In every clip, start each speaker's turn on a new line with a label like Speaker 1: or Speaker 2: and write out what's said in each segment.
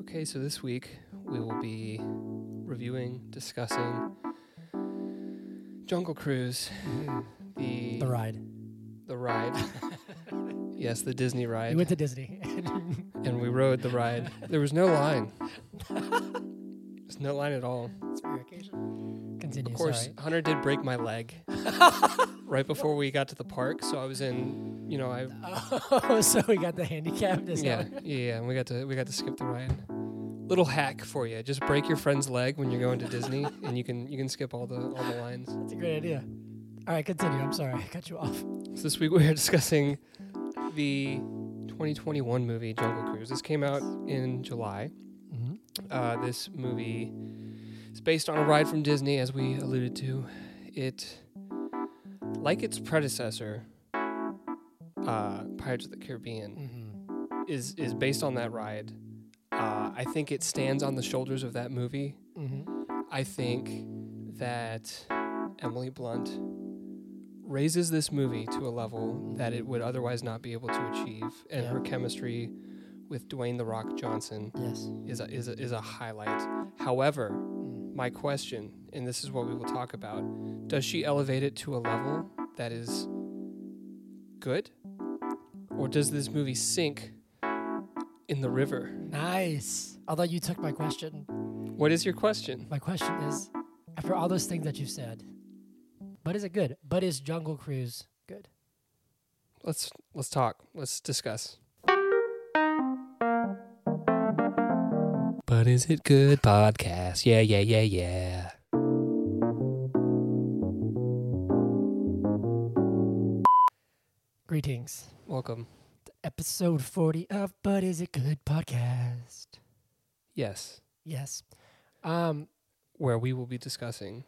Speaker 1: Okay, so this week we will be reviewing, discussing Jungle Cruise, the
Speaker 2: The ride.
Speaker 1: the ride. yes, the Disney
Speaker 2: We
Speaker 1: ride.
Speaker 2: went to Disney.
Speaker 1: and we rode the ride. There was no line. There's no line at all.
Speaker 2: Continue.
Speaker 1: Of course,
Speaker 2: sorry.
Speaker 1: Hunter did break my leg right before we got to the park, so I was in, you know, I
Speaker 2: Oh, so we got the handicapped. Is
Speaker 1: yeah,
Speaker 2: that
Speaker 1: yeah, yeah, and we got to we got to skip the ride. Little hack for you: just break your friend's leg when you're going to Disney, and you can you can skip all the all the lines.
Speaker 2: That's a great idea. All right, continue. I'm sorry, I cut you off.
Speaker 1: So this week we are discussing the 2021 movie Jungle Cruise. This came out in July.
Speaker 2: Mhm.
Speaker 1: Uh, this movie is based on a ride from Disney, as we alluded to. It, like its predecessor, uh, Pirates of the Caribbean,
Speaker 2: Mm-hmm.
Speaker 1: is is based on that ride. Uh, I think it stands on the shoulders of that movie.
Speaker 2: Mm-hmm.
Speaker 1: I think that Emily Blunt raises this movie to a level that it would otherwise not be able to achieve, and
Speaker 2: Yeah.
Speaker 1: her chemistry with Dwayne the Rock Johnson
Speaker 2: Yes.
Speaker 1: is a, is a, is a highlight. However, my question, and this is what we will talk about, does she elevate it to a level that is good, or does this movie sink in the river?
Speaker 2: Nice. Although you took my question.
Speaker 1: What is your question?
Speaker 2: My question is, after all those things that you said, but is it good? But is Jungle Cruise good?
Speaker 1: Let's let's talk. Let's discuss. But is it good podcast? Yeah, yeah, yeah, yeah.
Speaker 2: Greetings.
Speaker 1: Welcome.
Speaker 2: Episode 40 of But Is It Good podcast.
Speaker 1: Yes,
Speaker 2: Yes. Um,
Speaker 1: where we will be discussing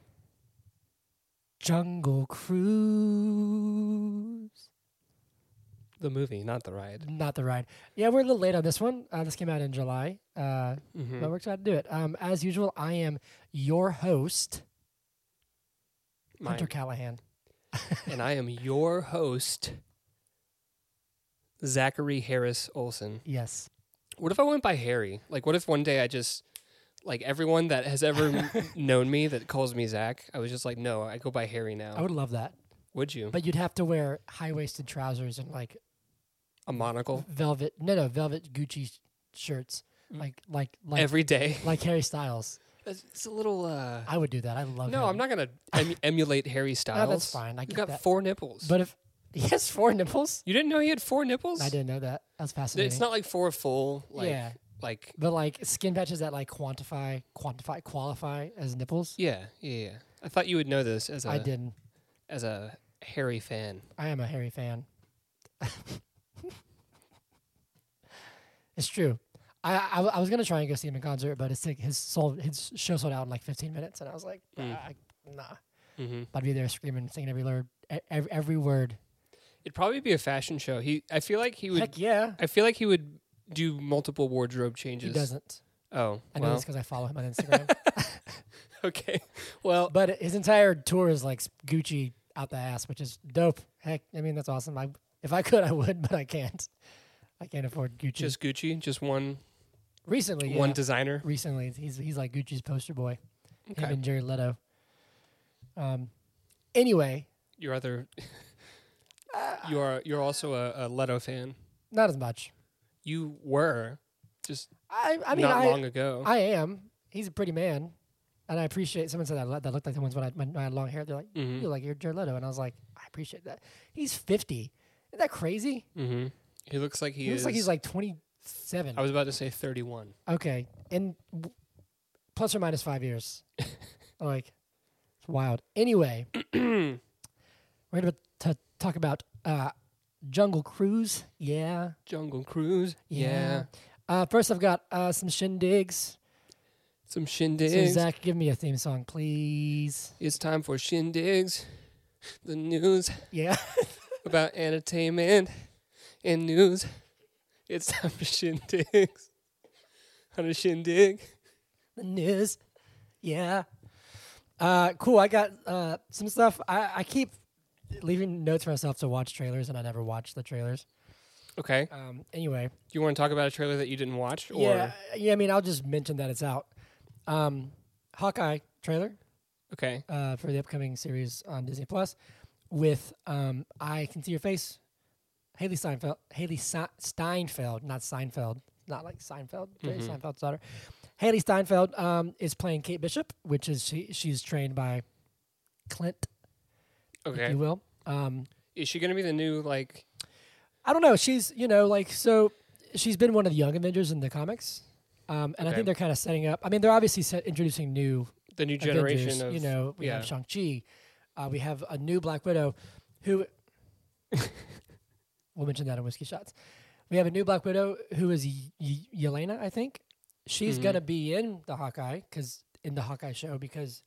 Speaker 2: Jungle Cruise.
Speaker 1: the movie, not the ride.
Speaker 2: Not the ride. Yeah, we're a little late on this one. Uh, this came out in July, uh,
Speaker 1: Mhm.
Speaker 2: but we're excited to do it. Um, as usual, I am your host,
Speaker 1: Mine.
Speaker 2: Hunter Callahan.
Speaker 1: and I am your host, Zachary Harris Olson.
Speaker 2: Yes.
Speaker 1: What if I went by Harry? Like, what if one day I just, like, everyone that has ever m- known me that calls me Zach, I was just like, no, I go by Harry now.
Speaker 2: I would love that.
Speaker 1: Would you?
Speaker 2: But you'd have to wear high waisted trousers and like
Speaker 1: A monocle
Speaker 2: velvet, no, no, velvet Gucci sh- shirts. Like, like, like,
Speaker 1: Mm. every day.
Speaker 2: like Harry Styles.
Speaker 1: It's, it's a little. uh
Speaker 2: I would do that. I love
Speaker 1: No,
Speaker 2: him.
Speaker 1: I'm not gonna em- emulate Harry Styles.
Speaker 2: fine. I
Speaker 1: you
Speaker 2: get
Speaker 1: got
Speaker 2: that.
Speaker 1: four nipples.
Speaker 2: But if he has four nipples,
Speaker 1: you didn't know he had four nipples.
Speaker 2: I didn't know that. That's fascinating.
Speaker 1: It's not like four full. Like,
Speaker 2: Yeah.
Speaker 1: Like.
Speaker 2: but like skin patches that like quantify, quantify, qualify as nipples.
Speaker 1: Yeah. Yeah. yeah. I thought you would know this as a
Speaker 2: I didn't.
Speaker 1: as a Harry fan.
Speaker 2: I am a Harry fan. it's true. I, I w- I was gonna try and go see him in concert, but it's like his sold his show sold out in like 15 minutes, and I was like,
Speaker 1: Mm.
Speaker 2: "Ah, nah.
Speaker 1: Mm-hmm.
Speaker 2: But I'd be there screaming, singing every word, e- ev- every word.
Speaker 1: It'd probably be a fashion show. He, I feel like he would.
Speaker 2: Heck yeah.
Speaker 1: I feel like he would do multiple wardrobe changes.
Speaker 2: He doesn't.
Speaker 1: Oh,
Speaker 2: I know
Speaker 1: well,
Speaker 2: this because I follow him on Instagram.
Speaker 1: okay. Well,
Speaker 2: but his entire tour is like Gucci out the ass, which is dope. Heck, I mean that's awesome. I if I could, I would, but I can't. I can't afford Gucci.
Speaker 1: just Gucci, just one
Speaker 2: recently, Oh, yeah.
Speaker 1: one designer.
Speaker 2: recently. He's he's like Gucci's poster boy. Him
Speaker 1: Okay.
Speaker 2: and Jared Leto. Um. Anyway,
Speaker 1: Your other,
Speaker 2: Ah.
Speaker 1: you are you're also a, a Leto fan.
Speaker 2: not as much.
Speaker 1: You were just
Speaker 2: I I mean
Speaker 1: not
Speaker 2: I
Speaker 1: long ago.
Speaker 2: I am. He's a pretty man, and I appreciate. Someone said that lo- that looked like the ones when I, when I had long hair. They're like,
Speaker 1: Mhm.
Speaker 2: you look like you're Jared Leto, and I was like, I appreciate that. He's fifty. Isn't that crazy?
Speaker 1: mm-hmm. He looks like he,
Speaker 2: He, looks
Speaker 1: is.
Speaker 2: like he's like twenty seven.
Speaker 1: I was about to say 31.
Speaker 2: Okay, and w- plus or minus five years. like, it's wild. Anyway, we're gonna t- talk about uh, Jungle Cruise. Yeah,
Speaker 1: Jungle Cruise. Yeah.
Speaker 2: Uh, first, I've got uh, some shindigs.
Speaker 1: Some
Speaker 2: So
Speaker 1: shindigs.
Speaker 2: Zach, give me a theme song, please.
Speaker 1: It's time for shindigs. The news.
Speaker 2: Yeah,
Speaker 1: about entertainment and news. It's time for shindigs. On a shindig.
Speaker 2: the news. Yeah. Uh, cool. I got uh, some stuff. I, I keep leaving notes for myself to watch trailers, and I never watch the trailers.
Speaker 1: Okay.
Speaker 2: Um, anyway,
Speaker 1: Do you want to talk about a trailer that you didn't watch? Or
Speaker 2: yeah, uh, yeah. I mean, I'll just mention that it's out. Um, Hawkeye trailer
Speaker 1: Okay.
Speaker 2: uh, for the upcoming series on Disney Plus with um, I Can See Your Face, Haley Steinfeld, Haley Sa- Steinfeld, not Seinfeld, not like Seinfeld, Jerry
Speaker 1: Mhm.
Speaker 2: Seinfeld's daughter. Haley Steinfeld um, is playing Kate Bishop, which is she she's trained by Clint, if
Speaker 1: Okay.
Speaker 2: you will. Um,
Speaker 1: Is she going to be the new like?
Speaker 2: I don't know. She's you know like so she's been one of the young Avengers in the comics, um, and I
Speaker 1: Okay.
Speaker 2: think they're kind of setting up. I mean, they're obviously set, introducing new
Speaker 1: the new
Speaker 2: Avengers,
Speaker 1: generation of
Speaker 2: you know, we have
Speaker 1: yeah.
Speaker 2: Shang Chi, uh, we have a new Black Widow, who we'll mention that in whiskey shots. We have a new Black Widow who is y- y- Yelena, I think. She's
Speaker 1: Mhm.
Speaker 2: gonna be in the Hawkeye because in the Hawkeye show because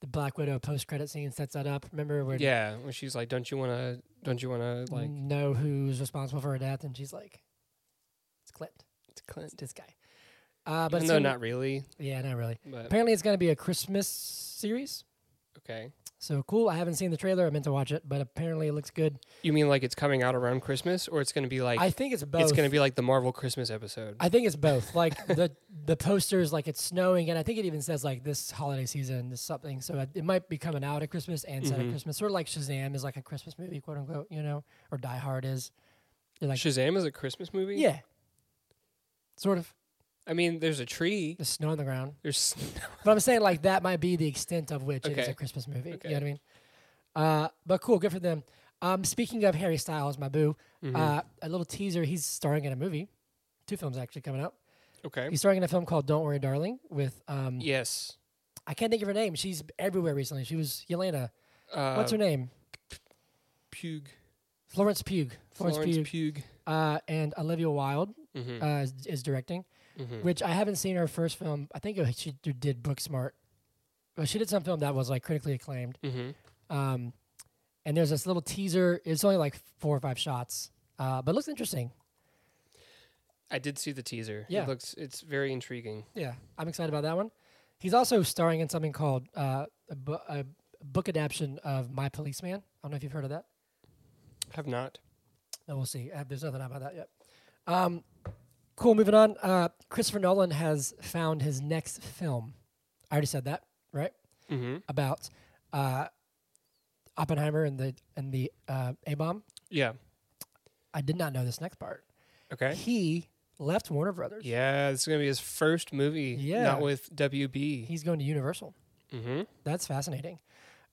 Speaker 2: the Black Widow post credit scene sets that up. Remember where Mm.
Speaker 1: yeah, when she's like, "Don't you want to? Don't you want to like?"
Speaker 2: know who's responsible for her death, and she's like, "It's Clint,
Speaker 1: It's Clint.
Speaker 2: it's this guy." Uh, but
Speaker 1: Even
Speaker 2: it's
Speaker 1: though
Speaker 2: gonna-
Speaker 1: not really,
Speaker 2: yeah, not really.
Speaker 1: but
Speaker 2: Apparently, it's gonna be a Christmas series.
Speaker 1: okay.
Speaker 2: So cool. I haven't seen the trailer. I meant to watch it, but apparently it looks good.
Speaker 1: You mean like it's coming out around Christmas, or it's going to be like
Speaker 2: I think it's both.
Speaker 1: it's going to be like the Marvel Christmas episode?
Speaker 2: I think it's both. Like the the posters, like it's snowing, and I think it even says like this holiday season is something. So it, it might be coming out at Christmas and set at
Speaker 1: Mhm.
Speaker 2: Christmas. Sort of like Shazam is like a Christmas movie, quote unquote. You know, or Die Hard is. They're like
Speaker 1: Shazam is a Christmas movie.
Speaker 2: yeah, sort of.
Speaker 1: I mean, there's a tree.
Speaker 2: There's snow on the ground,
Speaker 1: There's
Speaker 2: but I'm saying like that might be the extent of which it is
Speaker 1: Okay.
Speaker 2: a Christmas movie.
Speaker 1: Okay.
Speaker 2: You know what I mean? Uh, but cool, good for them. Um, speaking of Harry Styles, my boo,
Speaker 1: Mhm.
Speaker 2: uh, a little teaser. He's starring in a movie, two films actually coming up.
Speaker 1: okay.
Speaker 2: He's starring in a film called Don't Worry, Darling with um,
Speaker 1: Yes.
Speaker 2: I can't think of her name. She's everywhere recently. She was Yelena.
Speaker 1: Uh,
Speaker 2: What's her name?
Speaker 1: Pug.
Speaker 2: Florence Pugh. Florence,
Speaker 1: Florence
Speaker 2: Pugh.
Speaker 1: Pugh.
Speaker 2: Uh, and Olivia Wilde
Speaker 1: hmm
Speaker 2: uh, is, is directing,
Speaker 1: Mm. mm-hmm,
Speaker 2: which I haven't seen her first film. I think uh, she d- did Booksmart. Well, she did some film that was like critically acclaimed.
Speaker 1: mm-hmm.
Speaker 2: Um, and there's this little teaser. It's only like four or five shots, uh, but it looks interesting.
Speaker 1: I did see the teaser.
Speaker 2: Yeah.
Speaker 1: It looks. It's very intriguing.
Speaker 2: Yeah, I'm excited about that one. He's also starring in something called uh, a, bu- a book adaptation of My Policeman. I don't know if you've heard of that.
Speaker 1: Have not.
Speaker 2: No, we'll see. Uh, there's nothing about that yet. Um, cool. Moving on. Uh, Christopher Nolan has found his next film. I already said that, right?
Speaker 1: Mm-hmm.
Speaker 2: About uh, Oppenheimer and the and the uh, A bomb.
Speaker 1: Yeah.
Speaker 2: I did not know this next part.
Speaker 1: Okay.
Speaker 2: He left Warner Brothers.
Speaker 1: Yeah, this is gonna be his first movie.
Speaker 2: Yeah.
Speaker 1: Not with WB.
Speaker 2: He's going to Universal.
Speaker 1: Mm-hmm.
Speaker 2: That's fascinating.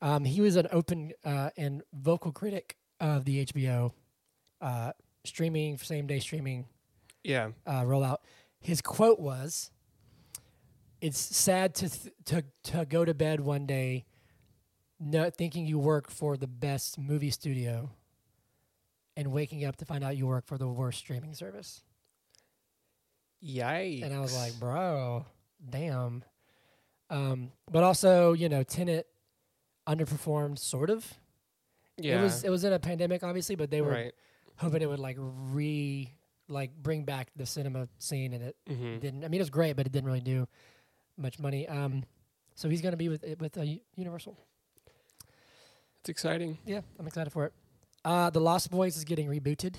Speaker 2: Um, he was an open uh, and vocal critic of the HBO uh, streaming, same day streaming
Speaker 1: Yeah.
Speaker 2: uh, rollout. His quote was, "It's sad to th- to to go to bed one day, no, thinking you work for the best movie studio, and waking up to find out you work for the worst streaming service."
Speaker 1: Yikes.
Speaker 2: And I was like, "Bro, damn." Um, but also, you know, Tenet underperformed, sort of.
Speaker 1: yeah,
Speaker 2: It was it was in a pandemic, obviously, but they were
Speaker 1: right.
Speaker 2: hoping it would like re like bring back the cinema scene, and it
Speaker 1: Mm-hmm.
Speaker 2: didn't. I mean, it was great, but it didn't really do much money. Um, so he's going to be with with uh, U- Universal.
Speaker 1: It's exciting.
Speaker 2: Yeah, I'm excited for it. Uh, the Lost Boys is getting rebooted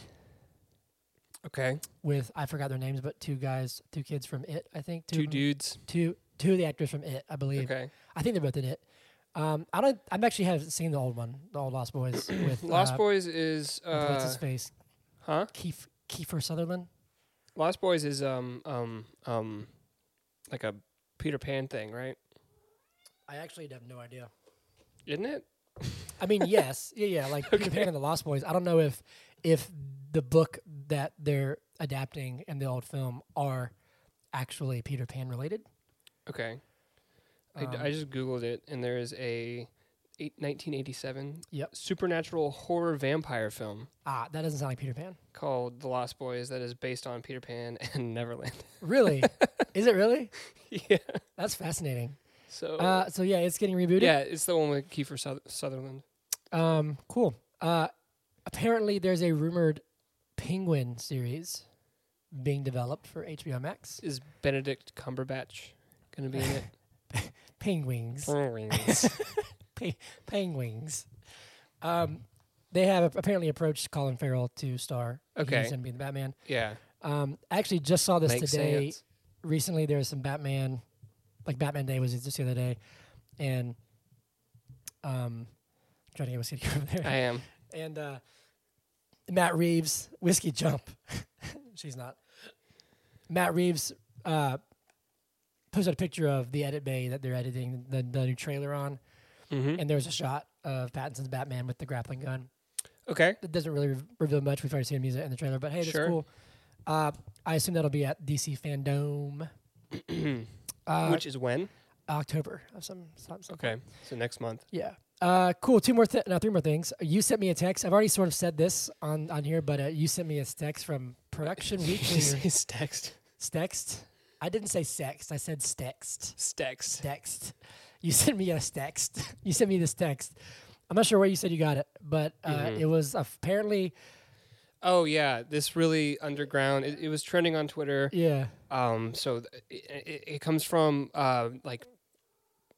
Speaker 1: Okay.
Speaker 2: with I forgot their names, but two guys, two kids from It, I think.
Speaker 1: Two
Speaker 2: of them-
Speaker 1: dudes.
Speaker 2: Two two of the actors from It, I believe.
Speaker 1: Okay.
Speaker 2: I think they're both in It. Um, I don't. I've actually haven't seen the old one, the old Lost Boys with
Speaker 1: Lost
Speaker 2: uh,
Speaker 1: Boys is
Speaker 2: with what's
Speaker 1: uh
Speaker 2: his face,
Speaker 1: huh?
Speaker 2: Keith Kiefer Sutherland.
Speaker 1: Lost Boys is um um um like a Peter Pan thing, right?
Speaker 2: I actually have no idea.
Speaker 1: Isn't it?
Speaker 2: I mean, yes, yeah, yeah, like Peter Pan and the Lost Boys. I don't know if if the book that they're adapting and the old film are actually Peter Pan related.
Speaker 1: Okay. I, d-
Speaker 2: Um,
Speaker 1: I just googled it and there is a eight, 1987
Speaker 2: Yep.
Speaker 1: supernatural horror vampire film
Speaker 2: Ah, that doesn't sound like Peter Pan.
Speaker 1: called The Lost Boys that is based on Peter Pan and Neverland.
Speaker 2: Really? Is it really?
Speaker 1: yeah.
Speaker 2: That's fascinating.
Speaker 1: So
Speaker 2: Uh, so yeah, it's getting rebooted.
Speaker 1: yeah, it's the one with Kiefer Suther- Sutherland.
Speaker 2: Um, cool. Uh, apparently, there's a rumored Penguin series being developed for HBO Max.
Speaker 1: Is Benedict Cumberbatch going to be in it?
Speaker 2: Penguins.
Speaker 1: Penguins.
Speaker 2: Pe- penguins. Um, They have apparently approached Colin Farrell to star.
Speaker 1: Okay.
Speaker 2: He's going to be the Batman.
Speaker 1: Yeah.
Speaker 2: Um, I actually just saw this
Speaker 1: Makes
Speaker 2: today.
Speaker 1: sense.
Speaker 2: Recently, there was some Batman, like Batman Day was just the other day, and um, trying to get my city over there.
Speaker 1: I am.
Speaker 2: and uh, Matt Reeves, Whiskey Jump. She's not. Matt Reeves uh, posted a picture of the edit bay that they're editing the, the new trailer on,
Speaker 1: hmm
Speaker 2: and there was a shot of Pattinson's Batman with the grappling gun.
Speaker 1: Okay.
Speaker 2: It doesn't really re- reveal much. We've already seen music in the trailer, but hey, that's
Speaker 1: Sure.
Speaker 2: cool. Uh, I assume that'll be at DC Fandome. uh,
Speaker 1: Which is when?
Speaker 2: October of some, some, some
Speaker 1: Okay. So next month.
Speaker 2: Yeah. Uh, cool. Two more, th- no, three more things. You sent me a text. I've already sort of said this on, on here, but uh, you sent me a text from Production Weekly.
Speaker 1: His text.
Speaker 2: text. I didn't say sext. I said text.
Speaker 1: Text.
Speaker 2: Text. You sent me a text. You sent me this text. I'm not sure where you said you got it, but uh,
Speaker 1: Mm-hmm.
Speaker 2: it was apparently
Speaker 1: Oh yeah, this really underground. It, it was trending on Twitter.
Speaker 2: yeah.
Speaker 1: Um, so th- it, it, it comes from uh like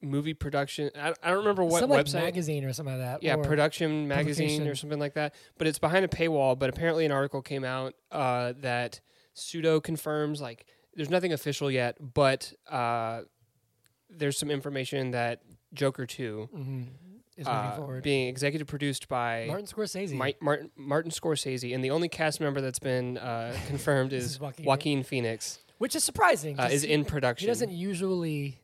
Speaker 1: movie production. I, I don't remember what
Speaker 2: some like
Speaker 1: website.
Speaker 2: magazine or something like that.
Speaker 1: yeah,
Speaker 2: or-
Speaker 1: production magazine or
Speaker 2: publication.
Speaker 1: something like that. But it's behind a paywall. But apparently, an article came out uh, that pseudo confirms. Like, there's nothing official yet, but uh, there's some information that Joker Two
Speaker 2: Mhm. is moving
Speaker 1: uh,
Speaker 2: forward.
Speaker 1: being executive produced by
Speaker 2: Martin Scorsese.
Speaker 1: Mi- Martin, Martin Scorsese, and the only cast member that's been uh, confirmed
Speaker 2: This
Speaker 1: is,
Speaker 2: is Joaquin.
Speaker 1: Joaquin, Phoenix.
Speaker 2: which is surprising.
Speaker 1: Uh,
Speaker 2: 'cause
Speaker 1: is
Speaker 2: he,
Speaker 1: in production.
Speaker 2: he doesn't usually.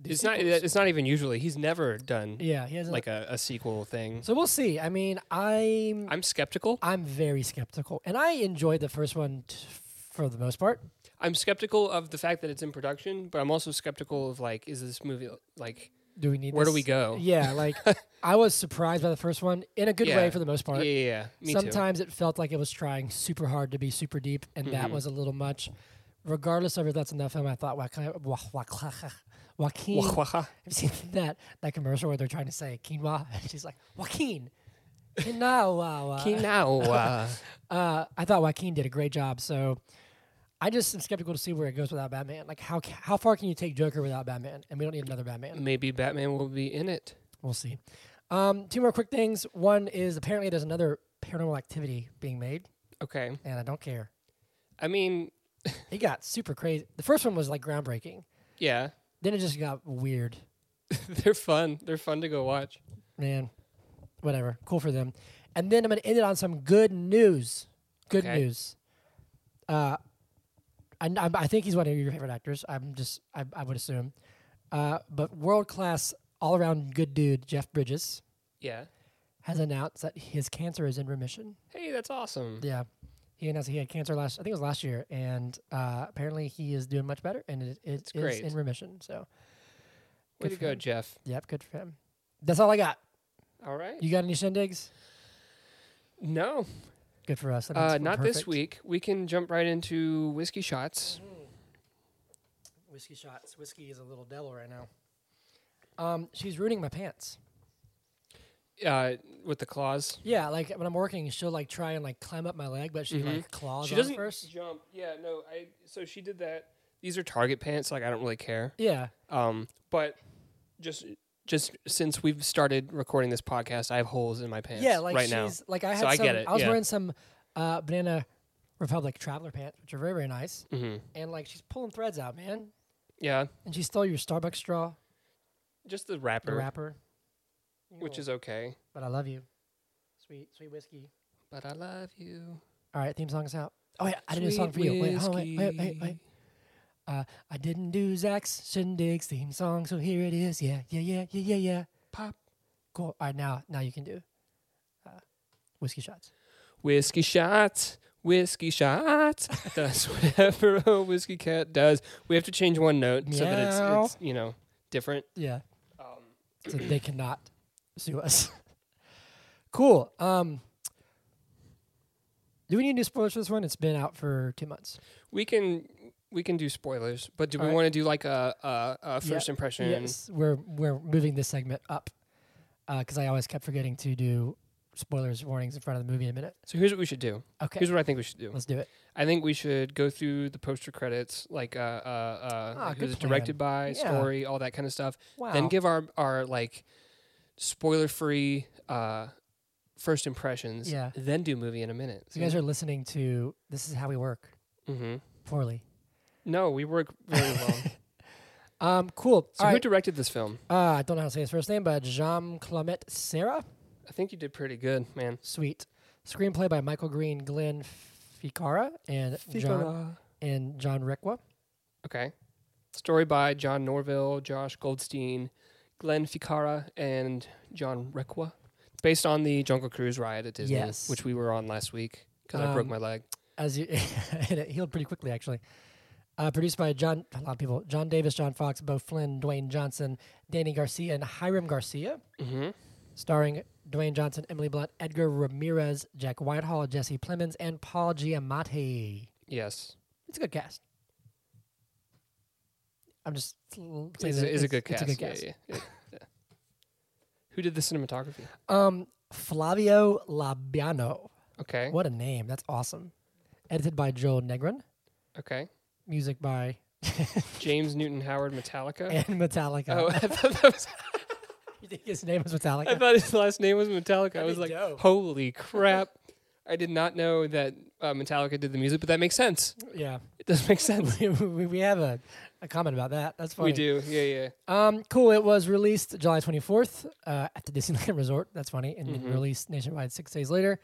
Speaker 2: do
Speaker 1: It's not.
Speaker 2: sequels.
Speaker 1: It's not even usually. He's never done
Speaker 2: yeah, he doesn't.
Speaker 1: like a, a sequel thing.
Speaker 2: so we'll see. I mean, I'm
Speaker 1: I'm skeptical.
Speaker 2: I'm very skeptical, and I enjoyed the first one t- for the most part.
Speaker 1: I'm skeptical of the fact that it's in production, but I'm also skeptical of like, is this movie like
Speaker 2: Do we need?
Speaker 1: where do
Speaker 2: this?
Speaker 1: we go?
Speaker 2: Yeah, like I was surprised by the first one in a good
Speaker 1: Yeah.
Speaker 2: way for the most
Speaker 1: yeah,
Speaker 2: part.
Speaker 1: yeah, yeah. Me
Speaker 2: Sometimes it felt like it was trying super hard to be super deep, and that
Speaker 1: Mhm.
Speaker 2: was a little much. Regardless of if that's in that film, I thought Joaquin, Wa- Wa-
Speaker 1: too.
Speaker 2: Joaquin,
Speaker 1: Wah, wah.
Speaker 2: have you seen that that commercial where they're trying to say quinoa? And she's like Joaquin, quinoa.
Speaker 1: Kinawa.
Speaker 2: Uh, I thought Joaquin did a great job. So I just am skeptical to see where it goes without Batman. Like how ca- how far can you take Joker without Batman? And we don't need another Batman.
Speaker 1: Maybe Batman will be in it.
Speaker 2: We'll see. Um, two more quick things. One is apparently there's another Paranormal Activity being made,
Speaker 1: Okay.
Speaker 2: and I don't care.
Speaker 1: I mean,
Speaker 2: It got super crazy. The first one was like groundbreaking.
Speaker 1: yeah,
Speaker 2: Then it just got weird.
Speaker 1: they're fun. They're fun to go watch.
Speaker 2: Man, whatever. Cool for them. And then I'm gonna end it on some good news. Good
Speaker 1: Okay.
Speaker 2: news. Uh, I, I, I think he's one of your favorite actors. I'm just I, I would assume, uh, but world class all around good dude Jeff Bridges
Speaker 1: Yeah.
Speaker 2: has announced that his cancer is in remission.
Speaker 1: Hey, that's awesome.
Speaker 2: Yeah, he announced he had cancer last I think it was last year, and uh, apparently he is doing much better and it, it is
Speaker 1: great.
Speaker 2: in remission. So,
Speaker 1: Way
Speaker 2: good
Speaker 1: to
Speaker 2: for
Speaker 1: go,
Speaker 2: him.
Speaker 1: Jeff.
Speaker 2: yep, good for him. That's all I got.
Speaker 1: All right.
Speaker 2: You got any shindigs?
Speaker 1: No,
Speaker 2: Good for us. That means
Speaker 1: uh,
Speaker 2: we're
Speaker 1: not this
Speaker 2: perfect.
Speaker 1: week. We can jump right into whiskey shots.
Speaker 2: Whiskey shots. Whiskey is a little devil right now. Um, she's ruining my pants.
Speaker 1: Uh, with the claws.
Speaker 2: Yeah, like when I'm working, she'll like try and like climb up my leg, but she
Speaker 1: Mhm.
Speaker 2: like claws
Speaker 1: she
Speaker 2: on
Speaker 1: doesn't
Speaker 2: first.
Speaker 1: jump. Yeah, no. I so she did that. These are Target pants. Like I don't really care.
Speaker 2: Yeah,
Speaker 1: Um, but just just since we've started recording this podcast, I have holes in my pants.
Speaker 2: yeah, like
Speaker 1: right
Speaker 2: she's
Speaker 1: now.
Speaker 2: like I had
Speaker 1: So I
Speaker 2: some.
Speaker 1: get it,
Speaker 2: was
Speaker 1: yeah.
Speaker 2: wearing some uh, Banana Republic traveler pants, which are very very nice,
Speaker 1: Mm-hmm.
Speaker 2: and like she's pulling threads out, man.
Speaker 1: Yeah,
Speaker 2: And she stole your Starbucks straw,
Speaker 1: just the
Speaker 2: the
Speaker 1: wrapper,
Speaker 2: wrapper,
Speaker 1: which
Speaker 2: No,
Speaker 1: is okay.
Speaker 2: But I love you, sweet sweet whiskey.
Speaker 1: But I love you.
Speaker 2: All right, theme song's out. Oh yeah, I did a song for you. Wait, hold on, wait, wait, wait, wait. Uh, I didn't do Zach's Shindig's theme song, so here it is. Yeah, yeah, yeah, yeah, yeah, yeah.
Speaker 1: Pop
Speaker 2: Cool. All right, now, now you can do uh, whiskey shots.
Speaker 1: whiskey shots. Whiskey shots does whatever a whiskey cat does. We have to change one note so that it's,
Speaker 2: Meow.
Speaker 1: it's you know different.
Speaker 2: Yeah,
Speaker 1: Um,
Speaker 2: so they cannot sue us. cool. Um, do we need to do spoilers for this one? It's been out for two months.
Speaker 1: We can we can do spoilers, but do we
Speaker 2: Alright.
Speaker 1: want to do like a a, a first impression?
Speaker 2: Yes, we're we're moving this segment up because I always kept forgetting to do spoilers warnings in front of the movie in a minute.
Speaker 1: So here's what we should do.
Speaker 2: Okay,
Speaker 1: Here's what I think we should do.
Speaker 2: let's do it.
Speaker 1: I think we should go through the poster credits, like uh uh, uh
Speaker 2: Ah,
Speaker 1: like
Speaker 2: good
Speaker 1: who's it
Speaker 2: plan.
Speaker 1: directed by,
Speaker 2: Yeah.
Speaker 1: story, all that kind of stuff.
Speaker 2: Wow.
Speaker 1: Then give our our like spoiler free uh first impressions,
Speaker 2: Yeah.
Speaker 1: then do movie in a minute.
Speaker 2: So you guys are listening to This Is How We Work
Speaker 1: mm-hmm.
Speaker 2: poorly.
Speaker 1: No, we work very well.
Speaker 2: Um, cool.
Speaker 1: so
Speaker 2: All
Speaker 1: who
Speaker 2: right.
Speaker 1: directed this film?
Speaker 2: uh, I don't know how to say his first name, but Jean Clement Serra.
Speaker 1: I think you did pretty good, man.
Speaker 2: Sweet. Screenplay by Michael Green, Glenn Ficarra, and John and John Requa.
Speaker 1: Okay. Story by John Norville, Josh Goldstein, Glenn Ficarra, and John Requa. It's based on the Jungle Cruise ride at Disney,
Speaker 2: Yes.
Speaker 1: which we were on last week because I broke
Speaker 2: Um,
Speaker 1: my leg.
Speaker 2: As you, and it healed pretty quickly actually. Uh, produced by John, a lot of people: John Davis, John Fox, Bo Flynn, Dwayne Johnson, Danny Garcia, and Hiram Garcia.
Speaker 1: Mm-hmm.
Speaker 2: starring Dwayne Johnson, Emily Blunt, Edgar Ramirez, Jack Whitehall, Jesse Plemons, and Paul Giamatti.
Speaker 1: Yes.
Speaker 2: It's a good cast. I'm just saying
Speaker 1: It's,
Speaker 2: that
Speaker 1: a- it's a good
Speaker 2: It's
Speaker 1: cast.
Speaker 2: a good
Speaker 1: Yeah,
Speaker 2: cast.
Speaker 1: yeah, yeah, yeah. Who did the cinematography?
Speaker 2: Um, Flavio Labiano.
Speaker 1: Okay.
Speaker 2: What a name! That's awesome. Edited by Joel Negrin.
Speaker 1: Okay.
Speaker 2: Music by
Speaker 1: James Newton Howard Metallica.
Speaker 2: and Metallica.
Speaker 1: Oh, I thought that was.
Speaker 2: you think his name is
Speaker 1: I
Speaker 2: Metallica?
Speaker 1: thought his last name was Metallica. I
Speaker 2: That'd
Speaker 1: was
Speaker 2: be
Speaker 1: like,
Speaker 2: dope.
Speaker 1: holy crap. I did not know that uh, Metallica did the music, but that makes sense.
Speaker 2: yeah,
Speaker 1: It does make sense.
Speaker 2: we, we have a, a comment about that. That's funny.
Speaker 1: we do. Yeah, yeah.
Speaker 2: Um, cool. It was released July 24th uh, at the Disneyland Resort. That's funny. And
Speaker 1: Mm-hmm.
Speaker 2: then released nationwide six days later.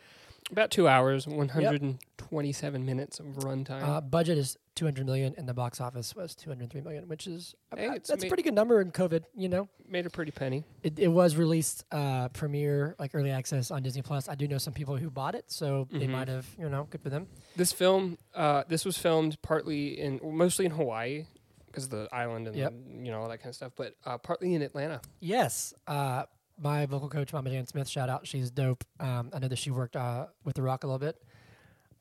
Speaker 1: About two hours, 127 minutes of runtime.
Speaker 2: Uh, budget is 200 million, and the box office was 203 million, which is
Speaker 1: Hey,
Speaker 2: about-
Speaker 1: it's
Speaker 2: that's
Speaker 1: ma-
Speaker 2: a pretty good number in COVID. You know,
Speaker 1: Made a pretty penny.
Speaker 2: it, it was released uh, premiere like early access on Disney Plus. I do know some people who bought it, so they
Speaker 1: Mhm.
Speaker 2: might have you know good for them.
Speaker 1: This film, uh, this was filmed partly in, well, mostly in Hawaii, because of the island and
Speaker 2: Yep.
Speaker 1: the, you know all that kind of stuff, but uh, partly in Atlanta.
Speaker 2: Yes. Uh, my vocal coach, Mama Jan Smith, shout out. She's dope. Um, I know that she worked uh, with The Rock a little bit.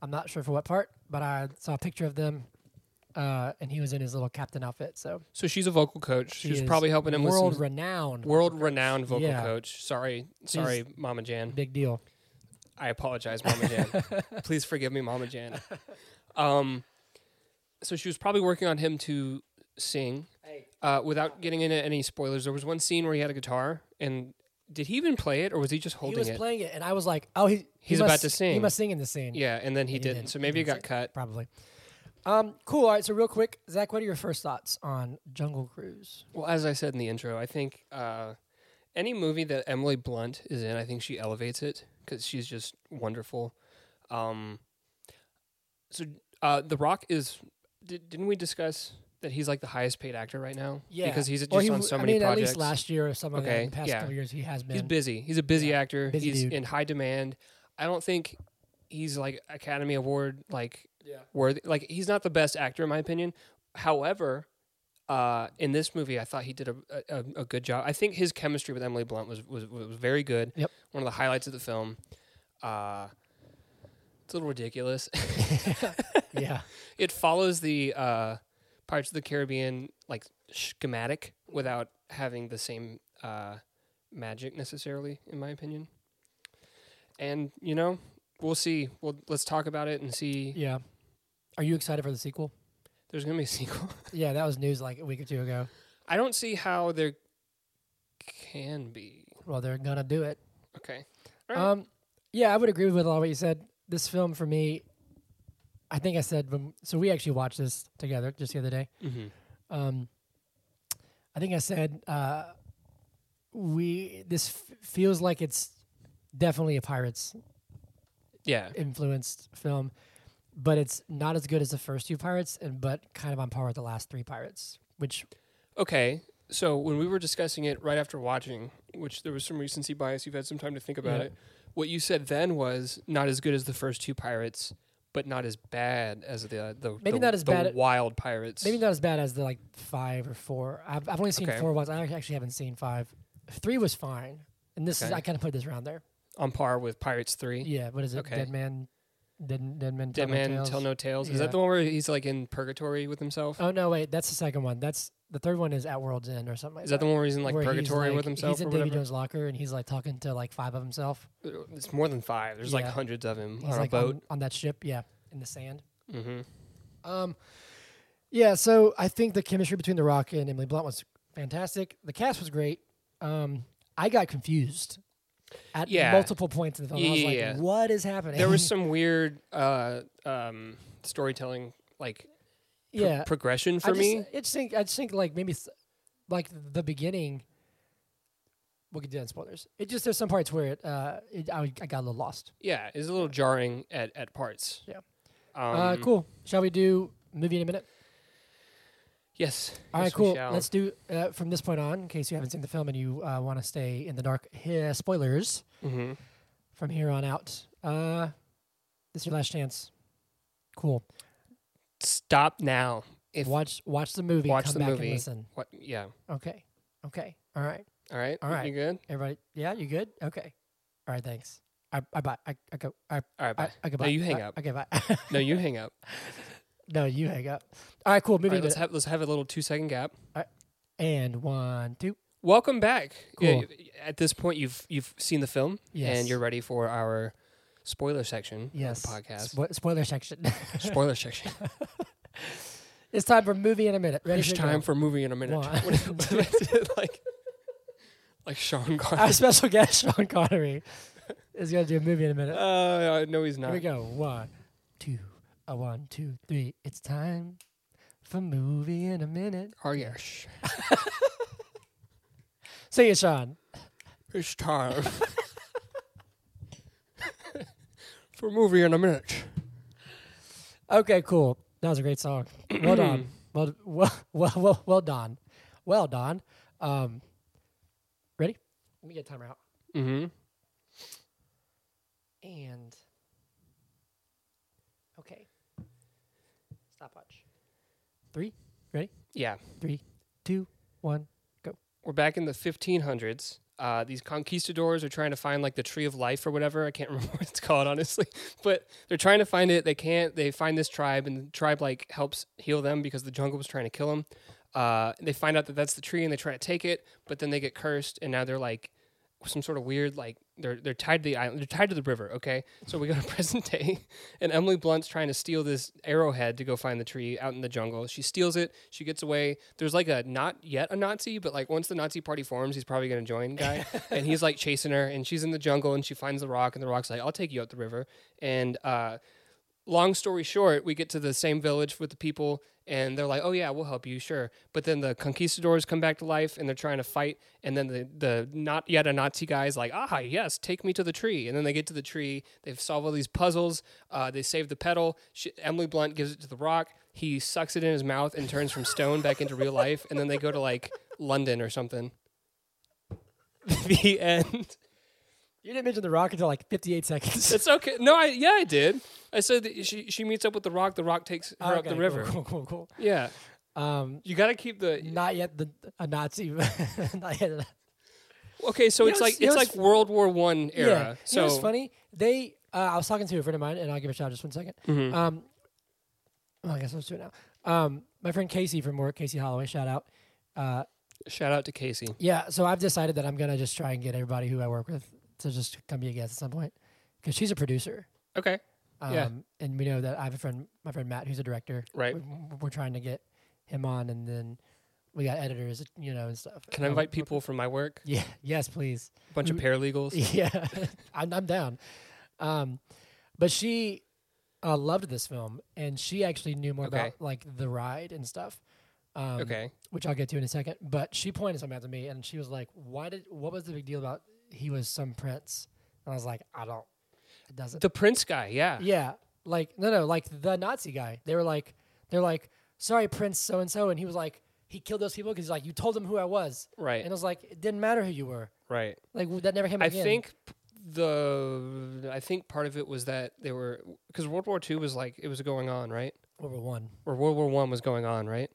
Speaker 2: I'm not sure for what part, but I saw a picture of them, uh, and he was in his little captain outfit. So
Speaker 1: So she's a vocal coach.
Speaker 2: she
Speaker 1: she's
Speaker 2: is
Speaker 1: probably helping him
Speaker 2: world
Speaker 1: with some
Speaker 2: renowned,
Speaker 1: world-renowned vocal
Speaker 2: Yeah.
Speaker 1: coach. Sorry, sorry, Mama Jan.
Speaker 2: big deal.
Speaker 1: I apologize, Mama Jan. Please forgive me, Mama Jan. Um, so she was probably working on him to sing. Uh, without getting into any spoilers, there was one scene where he had a guitar, and did he even play it, or was he just
Speaker 2: He
Speaker 1: holding
Speaker 2: was
Speaker 1: it?
Speaker 2: playing it, and I was like, "Oh, he, he
Speaker 1: He's about
Speaker 2: must-
Speaker 1: to sing.
Speaker 2: He must sing in the scene,
Speaker 1: yeah, and then he, didn't.
Speaker 2: didn't.
Speaker 1: So
Speaker 2: He
Speaker 1: maybe it
Speaker 2: didn't
Speaker 1: got cut.
Speaker 2: probably." Um, cool. All right. So real quick, Zach, what are your first thoughts on Jungle Cruise?
Speaker 1: Well, as I said in the intro, I think uh, any movie that Emily Blunt is in, I think she elevates it because she's just wonderful. Um, so uh, The Rock is. Did, didn't we discuss that he's like the highest paid actor right now? because he's just
Speaker 2: Or he
Speaker 1: on
Speaker 2: w-
Speaker 1: so
Speaker 2: I
Speaker 1: many
Speaker 2: mean,
Speaker 1: projects.
Speaker 2: At least last year or some of
Speaker 1: Okay,
Speaker 2: the past
Speaker 1: yeah.
Speaker 2: couple years, he has been.
Speaker 1: He's busy. He's a busy actor.
Speaker 2: Busy
Speaker 1: he's
Speaker 2: dude.
Speaker 1: in high demand. I don't think he's like Academy Award like
Speaker 2: Yeah.
Speaker 1: worthy. Like he's not the best actor in my opinion. However, uh, in this movie, I thought he did a, a, a good job. I think his chemistry with Emily Blunt was was, was very good.
Speaker 2: Yep.
Speaker 1: One of the highlights of the film. Uh, it's a little ridiculous.
Speaker 2: yeah.
Speaker 1: it follows the uh, Pirates of the Caribbean like schematic without having the same uh, magic necessarily, in my opinion. And you know, we'll see. Well, let's talk about it and see.
Speaker 2: Yeah. Are you excited for the sequel?
Speaker 1: There's gonna be a sequel.
Speaker 2: Yeah, that was news like a week or two ago.
Speaker 1: I don't see how there can be.
Speaker 2: Well, they're gonna do it.
Speaker 1: Okay. All right.
Speaker 2: Um, yeah, I would agree with a lot of what you said. This film for me, I think I said when, so. We actually watched this together just the other day.
Speaker 1: mm-hmm.
Speaker 2: Um, I think I said uh, we this f- feels like it's definitely a pirates
Speaker 1: Yeah.
Speaker 2: influenced film, but it's not as good as the first two pirates, and but kind of on par with the last three pirates, which
Speaker 1: Okay. So when we were discussing it right after watching, which there was some recency bias, you've had some time to think about
Speaker 2: Yeah.
Speaker 1: it. What you said then was not as good as the first two pirates, but not as bad as the uh, the
Speaker 2: Maybe
Speaker 1: the-
Speaker 2: not as
Speaker 1: the
Speaker 2: bad at-
Speaker 1: wild pirates.
Speaker 2: Maybe not as bad as the like five or four. I've, I've only seen
Speaker 1: Okay.
Speaker 2: four once. I actually haven't seen five. Three was fine, and this is
Speaker 1: Okay.
Speaker 2: I kind of put this around there.
Speaker 1: on par with Pirates Three.
Speaker 2: Yeah, what is it?
Speaker 1: Okay.
Speaker 2: Dead man, dead, dead man,
Speaker 1: Dead
Speaker 2: Tell No
Speaker 1: man
Speaker 2: Tales?
Speaker 1: tell no tales. Is
Speaker 2: Yeah.
Speaker 1: that the one where he's like in purgatory with himself?
Speaker 2: Oh no, wait, that's the second one. That's the third one is at World's End or something. Like
Speaker 1: Is that the one where he's in like
Speaker 2: where he's,
Speaker 1: purgatory
Speaker 2: like-
Speaker 1: with himself
Speaker 2: He's in
Speaker 1: or
Speaker 2: Davy
Speaker 1: whatever? Uh,
Speaker 2: Jones' locker, and he's like talking to like five of himself.
Speaker 1: It's more than five. There's like
Speaker 2: Yeah.
Speaker 1: hundreds of him
Speaker 2: He's
Speaker 1: on
Speaker 2: like
Speaker 1: a boat.
Speaker 2: On, on that ship, yeah, in the sand.
Speaker 1: mm-hmm.
Speaker 2: Um, yeah. So I think the chemistry between The Rock and Emily Blunt was fantastic. The cast was great. Um, I got confused at
Speaker 1: Yeah.
Speaker 2: multiple points in the film. I was
Speaker 1: Yeah,
Speaker 2: like,
Speaker 1: yeah, yeah.
Speaker 2: what is happening?
Speaker 1: There was some weird uh, um, storytelling, like pro-
Speaker 2: yeah.
Speaker 1: progression for
Speaker 2: I just,
Speaker 1: me.
Speaker 2: I just think I just think like maybe th- like the beginning. We could do that in spoilers. It just there's some parts where it, uh, it I, I got a little lost.
Speaker 1: Yeah, it's a little jarring at, at parts.
Speaker 2: Yeah.
Speaker 1: Um,
Speaker 2: uh, cool. Shall we do movie in a minute?
Speaker 1: Yes.
Speaker 2: All right,
Speaker 1: yes, we
Speaker 2: cool.
Speaker 1: shall.
Speaker 2: Let's do uh, from this point on. In case you haven't seen the film and you uh, want to stay in the dark, eh, spoilers
Speaker 1: Mhm.
Speaker 2: from here on out. Uh, this is your last chance. Cool.
Speaker 1: Stop now. If
Speaker 2: watch watch the movie.
Speaker 1: watch
Speaker 2: come
Speaker 1: the
Speaker 2: back
Speaker 1: movie.
Speaker 2: and listen.
Speaker 1: what? Yeah.
Speaker 2: Okay. Okay. All right.
Speaker 1: All right.
Speaker 2: All right.
Speaker 1: You good?
Speaker 2: Everybody. Yeah. You good? Okay. All right. Thanks. I I bye. I, I go. I,
Speaker 1: All right. Bye.
Speaker 2: I, I go. Bye.
Speaker 1: you hang
Speaker 2: I-
Speaker 1: up.
Speaker 2: Okay. Bye.
Speaker 1: no, you hang up.
Speaker 2: no, you hang up. All right. Cool.
Speaker 1: All
Speaker 2: Movie.
Speaker 1: right, let's have let's have a little two second gap.
Speaker 2: and one, two.
Speaker 1: Welcome back. Yeah,
Speaker 2: Cool.
Speaker 1: y- at this point, you've you've seen the film,
Speaker 2: Yes.
Speaker 1: and you're ready for our spoiler section. of the
Speaker 2: Yes.
Speaker 1: podcast
Speaker 2: Spo- spoiler section.
Speaker 1: spoiler section.
Speaker 2: it's time for movie in a minute. Ready?
Speaker 1: There's
Speaker 2: to go.
Speaker 1: time for movie in a minute.
Speaker 2: One.
Speaker 1: What if- what if it's like like Sean
Speaker 2: Our
Speaker 1: Connery.
Speaker 2: special guest, Sean Connery, is going to do a movie in a minute.
Speaker 1: Uh, no, he's not.
Speaker 2: Here we go. One, two, a one, two, three. It's time for movie in a minute.
Speaker 1: Oh yes,
Speaker 2: Sing it, Sean.
Speaker 1: it's time for movie in a minute.
Speaker 2: Okay, cool. That was a great song. Well done. Well, well, well, well, well done. Well done. Um, ready? Let me get timer out.
Speaker 1: Mm-hmm.
Speaker 2: And okay, stopwatch. Three,
Speaker 1: Yeah,
Speaker 2: three, two, one.
Speaker 1: we're back in the 1500s. Uh, these conquistadors are trying to find like the tree of life or whatever. I can't remember what it's called honestly, but they're trying to find it. They can't. They find this tribe, and the tribe like helps heal them because the jungle was trying to kill them. Uh, they find out that that's the tree, and they try to take it, but then they get cursed, and now they're like some sort of weird like they're they're tied to the island. They're tied to the river. Okay, so we go to present day, and Emily Blunt's trying to steal this arrowhead to go find the tree out in the jungle. She steals it. She gets away. There's like a not yet a Nazi, but like once the Nazi party forms, he's probably gonna join guy, and he's like chasing her, and she's in the jungle, and she finds the rock, and the rock's like, "I'll take you up the river," and uh, long story short, we get to the same village with the people, and they're like, "Oh yeah, we'll help you, sure." But then the conquistadors come back to life, and they're trying to fight. And then the the not yet a Nazi guy is like, "Ah yes, take me to the tree." And then they get to the tree. They've solved all these puzzles. Uh, they save the petal. She, Emily Blunt gives it to the rock. He sucks it in his mouth and turns from stone back into real life. And then they go to like London or something. the end.
Speaker 2: You didn't mention the rock until like 58 seconds.
Speaker 1: It's okay. No, I yeah, I did. I said that she she meets up with the rock. The rock takes her up
Speaker 2: Okay,
Speaker 1: the
Speaker 2: cool,
Speaker 1: river.
Speaker 2: Cool, cool, cool.
Speaker 1: Yeah,
Speaker 2: Um,
Speaker 1: you got to keep the.
Speaker 2: not yet the a Nazi. not yet. a-
Speaker 1: Okay, so
Speaker 2: You
Speaker 1: it's
Speaker 2: know,
Speaker 1: like
Speaker 2: you
Speaker 1: it's
Speaker 2: know,
Speaker 1: like World War One era.
Speaker 2: Yeah.
Speaker 1: so
Speaker 2: you know what's funny? They. Uh, I was talking to a friend of mine, and I'll give a shout out just one second.
Speaker 1: Mhm.
Speaker 2: Um, well, I guess let's do it now. Um, my friend Casey from work, Casey Holloway, shout out. Uh,
Speaker 1: shout out to Casey.
Speaker 2: yeah. So I've decided that I'm gonna just try and get everybody who I work with to just come be a guest at some point, because she's a producer.
Speaker 1: Okay,
Speaker 2: Um,
Speaker 1: Yeah.
Speaker 2: And we know that I have a friend, my friend Matt, who's a director.
Speaker 1: right.
Speaker 2: We- We're trying to get him on, and then we got editors, you know, and stuff.
Speaker 1: Can I
Speaker 2: Um,
Speaker 1: invite people from my work?
Speaker 2: Yeah. Yes, please.
Speaker 1: A bunch of paralegals.
Speaker 2: Mm-hmm. Yeah, I'm, I'm down. Um, but she uh, loved this film, and she actually knew more
Speaker 1: Okay.
Speaker 2: about like the ride and stuff. Um,
Speaker 1: Okay.
Speaker 2: which I'll get to in a second. But she pointed something out to me, and she was like, "Why did? What was the big deal about he was some prince?" And I was like, "I don't. It doesn't.
Speaker 1: The Prince guy. Yeah.
Speaker 2: yeah, like no, no, like the Nazi guy. They were like, they're like, sorry, Prince so and so, and he was like, he killed those people because like you told them who I was,
Speaker 1: Right.
Speaker 2: and I was like, it didn't matter who you were.
Speaker 1: Right.
Speaker 2: Like w- that never came.
Speaker 1: I
Speaker 2: again.
Speaker 1: think p- the I think part of it was that they were because World War Two was like it was going on right
Speaker 2: World War One.
Speaker 1: or World War One was going on right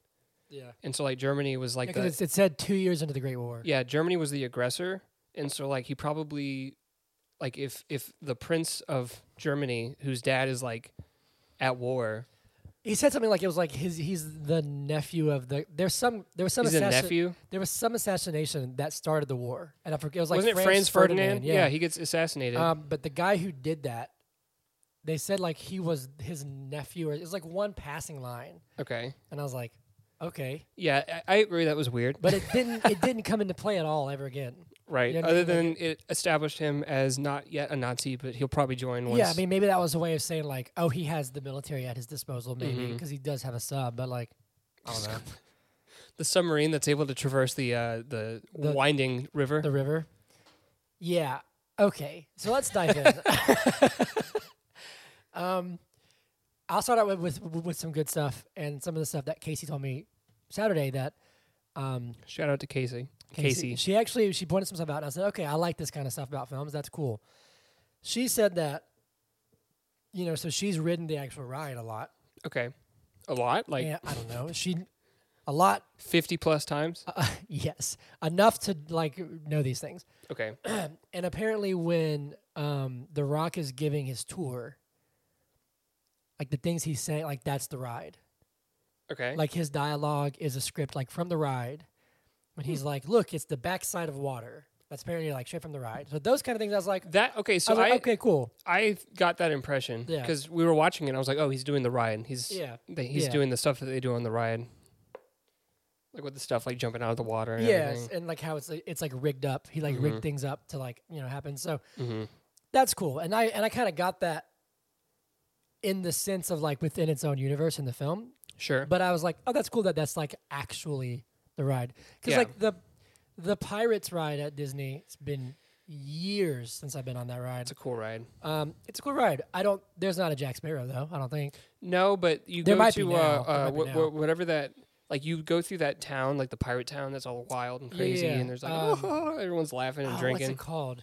Speaker 2: Yeah.
Speaker 1: and so like Germany was like
Speaker 2: Because
Speaker 1: the,
Speaker 2: it's it said two years into the Great War.
Speaker 1: Yeah, Germany was the aggressor, and so like he probably, like if if the prince of Germany, whose dad is like at war,
Speaker 2: He said something like it was like his he's the nephew of the there's some there was some
Speaker 1: he's a
Speaker 2: assassi-
Speaker 1: nephew.
Speaker 2: there was some assassination that started the war and I forget it was like
Speaker 1: Wasn't
Speaker 2: Franz
Speaker 1: it Franz Ferdinand?
Speaker 2: yeah.
Speaker 1: he gets assassinated.
Speaker 2: um, but the guy who did that, they said like he was his nephew or it was like one passing line
Speaker 1: okay,
Speaker 2: and I was like, okay,
Speaker 1: yeah, I, I agree. That was weird.
Speaker 2: but it didn't it didn't come into play at all ever again.
Speaker 1: right?
Speaker 2: Yeah,
Speaker 1: Other
Speaker 2: maybe
Speaker 1: than it established him as not yet a Nazi, but he'll probably join once.
Speaker 2: Yeah, I mean, maybe that was a way of saying like, oh, he has the military at his disposal, maybe
Speaker 1: Mhm.
Speaker 2: because he does have a sub. But like, I don't know
Speaker 1: the submarine that's able to traverse the uh, the,
Speaker 2: The-
Speaker 1: winding river.
Speaker 2: the river. Yeah. Okay. So let's dive in. um, I'll start out with, with with some good stuff and some of the stuff that Casey told me Saturday that um
Speaker 1: Shout out to Casey. Casey.
Speaker 2: She actually she pointed some stuff out, and I said, "Okay, I like this kind of stuff about films. That's cool." She said that, you know, so she's ridden the actual ride a lot.
Speaker 1: Okay, a lot, like
Speaker 2: and I don't know, she a lot.
Speaker 1: fifty plus times.
Speaker 2: Uh, yes, enough to like know these things.
Speaker 1: Okay,
Speaker 2: and apparently, when um, The Rock is giving his tour, like the things he's saying, like that's the ride.
Speaker 1: okay,
Speaker 2: Like his dialogue is a script, like from the ride, when he's
Speaker 1: Hmm.
Speaker 2: like, "Look, it's the backside of water." That's apparently like straight from the ride. So those kind of things, I was like,
Speaker 1: that. Okay, so
Speaker 2: I was like,
Speaker 1: I
Speaker 2: okay, cool.
Speaker 1: I got that impression
Speaker 2: Yeah.
Speaker 1: because we were watching it. and I was like, oh, he's doing the ride. He's
Speaker 2: Yeah.
Speaker 1: they, he's
Speaker 2: Yeah.
Speaker 1: doing the stuff that they do on the ride, like with the stuff like jumping out of the water. And
Speaker 2: Yes, and like how it's like, it's like rigged up. He like
Speaker 1: Mm-hmm.
Speaker 2: rigged things up to like you know happen. So
Speaker 1: everything.
Speaker 2: that's cool. And I and I kind of got that in the sense of like within its own universe in the film.
Speaker 1: hmm sure.
Speaker 2: But I was like, oh, that's cool that that's like actually the ride because
Speaker 1: Yeah.
Speaker 2: like the the pirates ride at Disney. It's been years since I've been on that ride.
Speaker 1: it's a cool ride.
Speaker 2: Um, it's a cool ride. I don't. There's not a Jack Sparrow though. I don't think.
Speaker 1: No, but you
Speaker 2: There
Speaker 1: go
Speaker 2: might be
Speaker 1: to uh,
Speaker 2: now. There
Speaker 1: uh,
Speaker 2: might be
Speaker 1: wh-
Speaker 2: now.
Speaker 1: wh- whatever that like you go through that town, like the pirate town that's all wild and crazy,
Speaker 2: Yeah,
Speaker 1: and there's like
Speaker 2: um,
Speaker 1: "Oh," everyone's laughing and
Speaker 2: Oh, What's
Speaker 1: drinking.
Speaker 2: it called?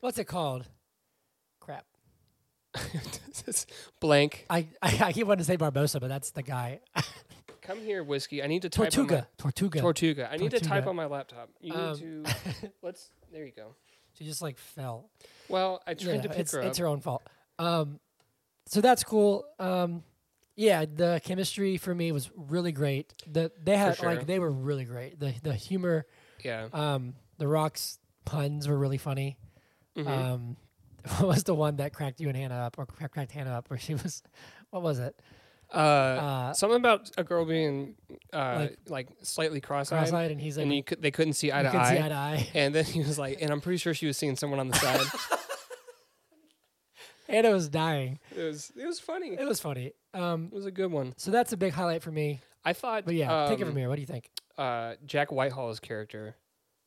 Speaker 2: What's it called? Crap.
Speaker 1: It's blank.
Speaker 2: I, I I keep wanting to say Barbosa, but that's the guy.
Speaker 1: Come here, whiskey. I need to type on my-
Speaker 2: Tortuga. Tortuga.
Speaker 1: Tortuga. I need to type
Speaker 2: Tortuga.
Speaker 1: on my laptop. You
Speaker 2: Um,
Speaker 1: need to. let's. There you go.
Speaker 2: she just like fell.
Speaker 1: Well, I
Speaker 2: You
Speaker 1: tried to
Speaker 2: know,
Speaker 1: pick
Speaker 2: it's,
Speaker 1: her up.
Speaker 2: it's her own fault. Um, so that's cool. Um, yeah, the chemistry for me was really great. The they had
Speaker 1: sure.
Speaker 2: like they were really great. The the humor,
Speaker 1: yeah.
Speaker 2: um, the rocks puns were really funny.
Speaker 1: Mhm.
Speaker 2: Um, what was the one that cracked you and Hannah up, or cra- cracked Hannah up, where she was? What was it?
Speaker 1: Uh,
Speaker 2: Uh,
Speaker 1: something about a girl being uh, like,
Speaker 2: like-
Speaker 1: slightly cross-eyed,
Speaker 2: Cross-eyed, and he's like,
Speaker 1: and you could, they couldn't see eye
Speaker 2: you
Speaker 1: to
Speaker 2: couldn't
Speaker 1: eye.
Speaker 2: see eye to eye.
Speaker 1: and then he was like, and I'm pretty sure she was seeing someone on the side.
Speaker 2: Hannah was dying.
Speaker 1: it was it was funny.
Speaker 2: It
Speaker 1: It
Speaker 2: was funny. Um,
Speaker 1: was a good one.
Speaker 2: so that's a big highlight for me.
Speaker 1: I thought.
Speaker 2: But yeah, take it
Speaker 1: um,
Speaker 2: from here. What do you think?
Speaker 1: Uh, Jack Whitehall's character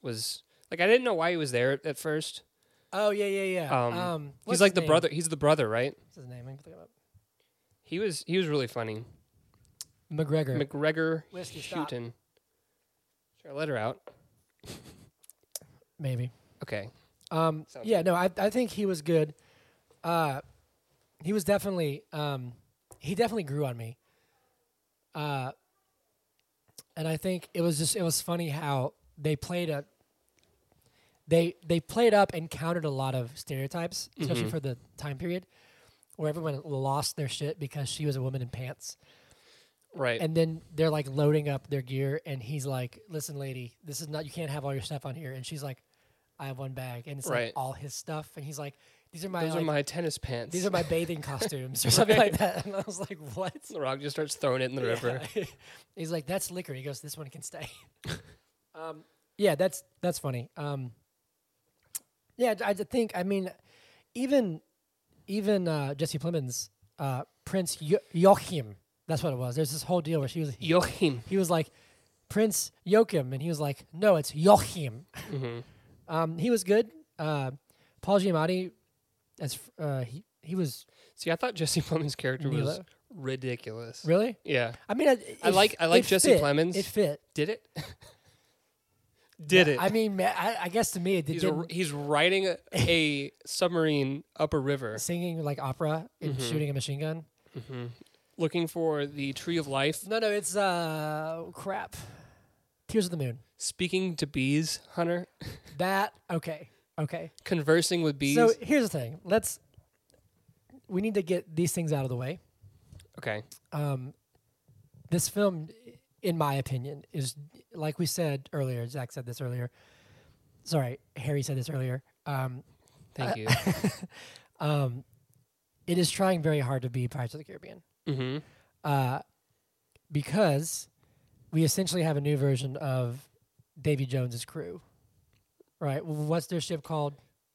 Speaker 1: was like I didn't know why he was there at, at first.
Speaker 2: Oh yeah, yeah, yeah.
Speaker 1: Um,
Speaker 2: what's
Speaker 1: he's like
Speaker 2: his
Speaker 1: the
Speaker 2: name?
Speaker 1: brother. He's the brother, right?
Speaker 2: What's his name? I can look him up.
Speaker 1: He was he was really funny.
Speaker 2: McGregor.
Speaker 1: McGregor
Speaker 2: Whiskey, stop.
Speaker 1: Houghton. Sure, let her out.
Speaker 2: maybe.
Speaker 1: Okay.
Speaker 2: Um,
Speaker 1: Sounds
Speaker 2: yeah, no, I I think he was good. Uh, he was definitely um, he definitely grew on me. Uh, and I think it was just it was funny how they played a they they played up and countered a lot of stereotypes, especially
Speaker 1: Mhm.
Speaker 2: for the time period where everyone lost their shit because she was a woman in pants.
Speaker 1: Right.
Speaker 2: and then they're like loading up their gear and he's like listen lady this is not you can't have all your stuff on here and she's like i have one bag and it's
Speaker 1: Right.
Speaker 2: like all his stuff and he's like these are my,
Speaker 1: Those are
Speaker 2: like,
Speaker 1: my tennis pants.
Speaker 2: these are my bathing costumes or something like that and i was like what
Speaker 1: The Rock just starts throwing it in the river.
Speaker 2: Yeah. he's like that's liquor he goes this one can stay um, yeah that's that's funny um, yeah i d- think i mean even even uh, jesse Plemons, uh, prince jo- joachim that's what it was there's this whole deal where she was
Speaker 1: Joachim.
Speaker 2: he was like Prince Joachim, and he was like, no, it's Joachim.
Speaker 1: Mm-hmm.
Speaker 2: Um, he was good. Uh, Paul Giamatti, as f- uh, he he was
Speaker 1: See, I thought Jesse Plemons' character was
Speaker 2: Milo?
Speaker 1: ridiculous.
Speaker 2: really.
Speaker 1: Yeah.
Speaker 2: I mean, I,
Speaker 1: I
Speaker 2: it-
Speaker 1: like- I like
Speaker 2: it
Speaker 1: Jesse
Speaker 2: fit.
Speaker 1: Plemons.
Speaker 2: It fit.
Speaker 1: Did it? Did it?
Speaker 2: I mean, ma- I, I guess to me, it did.
Speaker 1: he's, a,
Speaker 2: didn't-
Speaker 1: he's riding a, a submarine up a river,
Speaker 2: Singing like opera and
Speaker 1: Mm-hmm.
Speaker 2: shooting a machine gun.
Speaker 1: looking for the tree of life,
Speaker 2: No, no, it's uh crap. Tears of the Moon.
Speaker 1: speaking to bees, Hunter,
Speaker 2: That okay, okay.
Speaker 1: conversing with bees.
Speaker 2: So here's the thing. Let's. We need to get these things out of the way.
Speaker 1: okay.
Speaker 2: um, this film, in my opinion, is like we said earlier. Zach said this earlier. Sorry, Harry said this earlier. Um,
Speaker 1: Thank you.
Speaker 2: um, it is trying very hard to be Pirates of the Caribbean
Speaker 1: hmm
Speaker 2: uh, because we essentially have a new version of Davy Jones's crew, Right. w- What's their ship called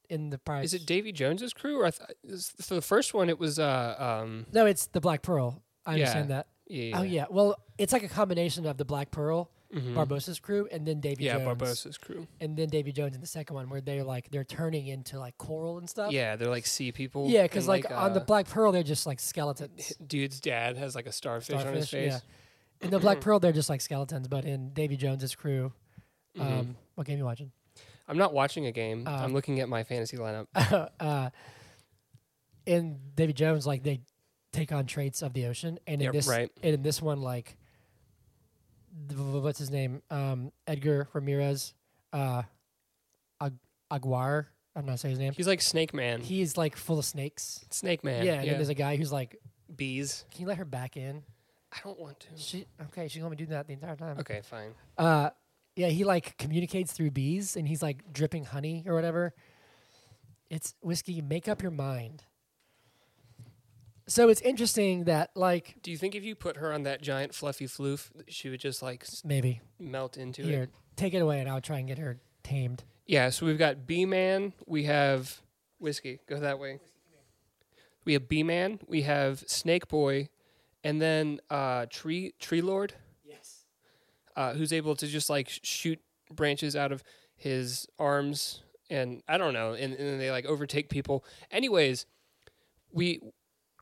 Speaker 2: in the
Speaker 1: Is
Speaker 2: price?
Speaker 1: it Davy Jones's crew? Or I th- is- so the first one, it was uh um
Speaker 2: no, it's the Black Pearl. I understand that.
Speaker 1: yeah,
Speaker 2: Oh yeah. Well, it's like a combination of the Black Pearl,
Speaker 1: Mhm.
Speaker 2: Barbosa's crew, and then Davy
Speaker 1: yeah
Speaker 2: Jones.
Speaker 1: Barbosa's crew.
Speaker 2: And then Davy Jones in the second one, where they're like they're turning into like coral and stuff.
Speaker 1: Yeah, they're like sea people.
Speaker 2: Yeah, because
Speaker 1: and,
Speaker 2: like, on the
Speaker 1: uh,
Speaker 2: Black Pearl, they're just like skeletons.
Speaker 1: dude's dad has like a starfish, on his
Speaker 2: Starfish,
Speaker 1: face.
Speaker 2: yeah. In the Black Pearl, they're just like skeletons. But in Davy Jones's crew, um,
Speaker 1: Mhm.
Speaker 2: what game you watching?
Speaker 1: I'm not watching a game.
Speaker 2: Uh,
Speaker 1: I'm looking at my fantasy lineup.
Speaker 2: uh, in Davy Jones, like they take on traits of the ocean, and in
Speaker 1: Yeah,
Speaker 2: this,
Speaker 1: right.
Speaker 2: and in this one, like the- what's his name, um, Edgar Ramirez, uh, Ag- Aguar. I'm not saying his name.
Speaker 1: He's like Snake Man.
Speaker 2: He's like full of snakes.
Speaker 1: Snake Man.
Speaker 2: yeah, and then there's a guy who's like,
Speaker 1: bees.
Speaker 2: "Can you let her back in?"
Speaker 1: I don't want to.
Speaker 2: She okay. She's gonna be doing that the entire time.
Speaker 1: Okay, fine.
Speaker 2: Uh, yeah, he like communicates through bees, and he's like dripping honey or whatever. It's whiskey. Make up your mind. So it's interesting that like
Speaker 1: Do you think if you put her on that giant fluffy floof, she would just like s-
Speaker 2: maybe
Speaker 1: melt into
Speaker 2: here,
Speaker 1: it?
Speaker 2: take it away, and I'll try and get her tamed.
Speaker 1: Yeah. So we've got Bee Man. We have whiskey. Go that way. We have Bee Man. We have Snake Boy, and then uh, Tree Tree Lord,
Speaker 2: Yes.
Speaker 1: uh, who's able to just like sh- shoot branches out of his arms, and I don't know, and, and then they like overtake people. Anyways, we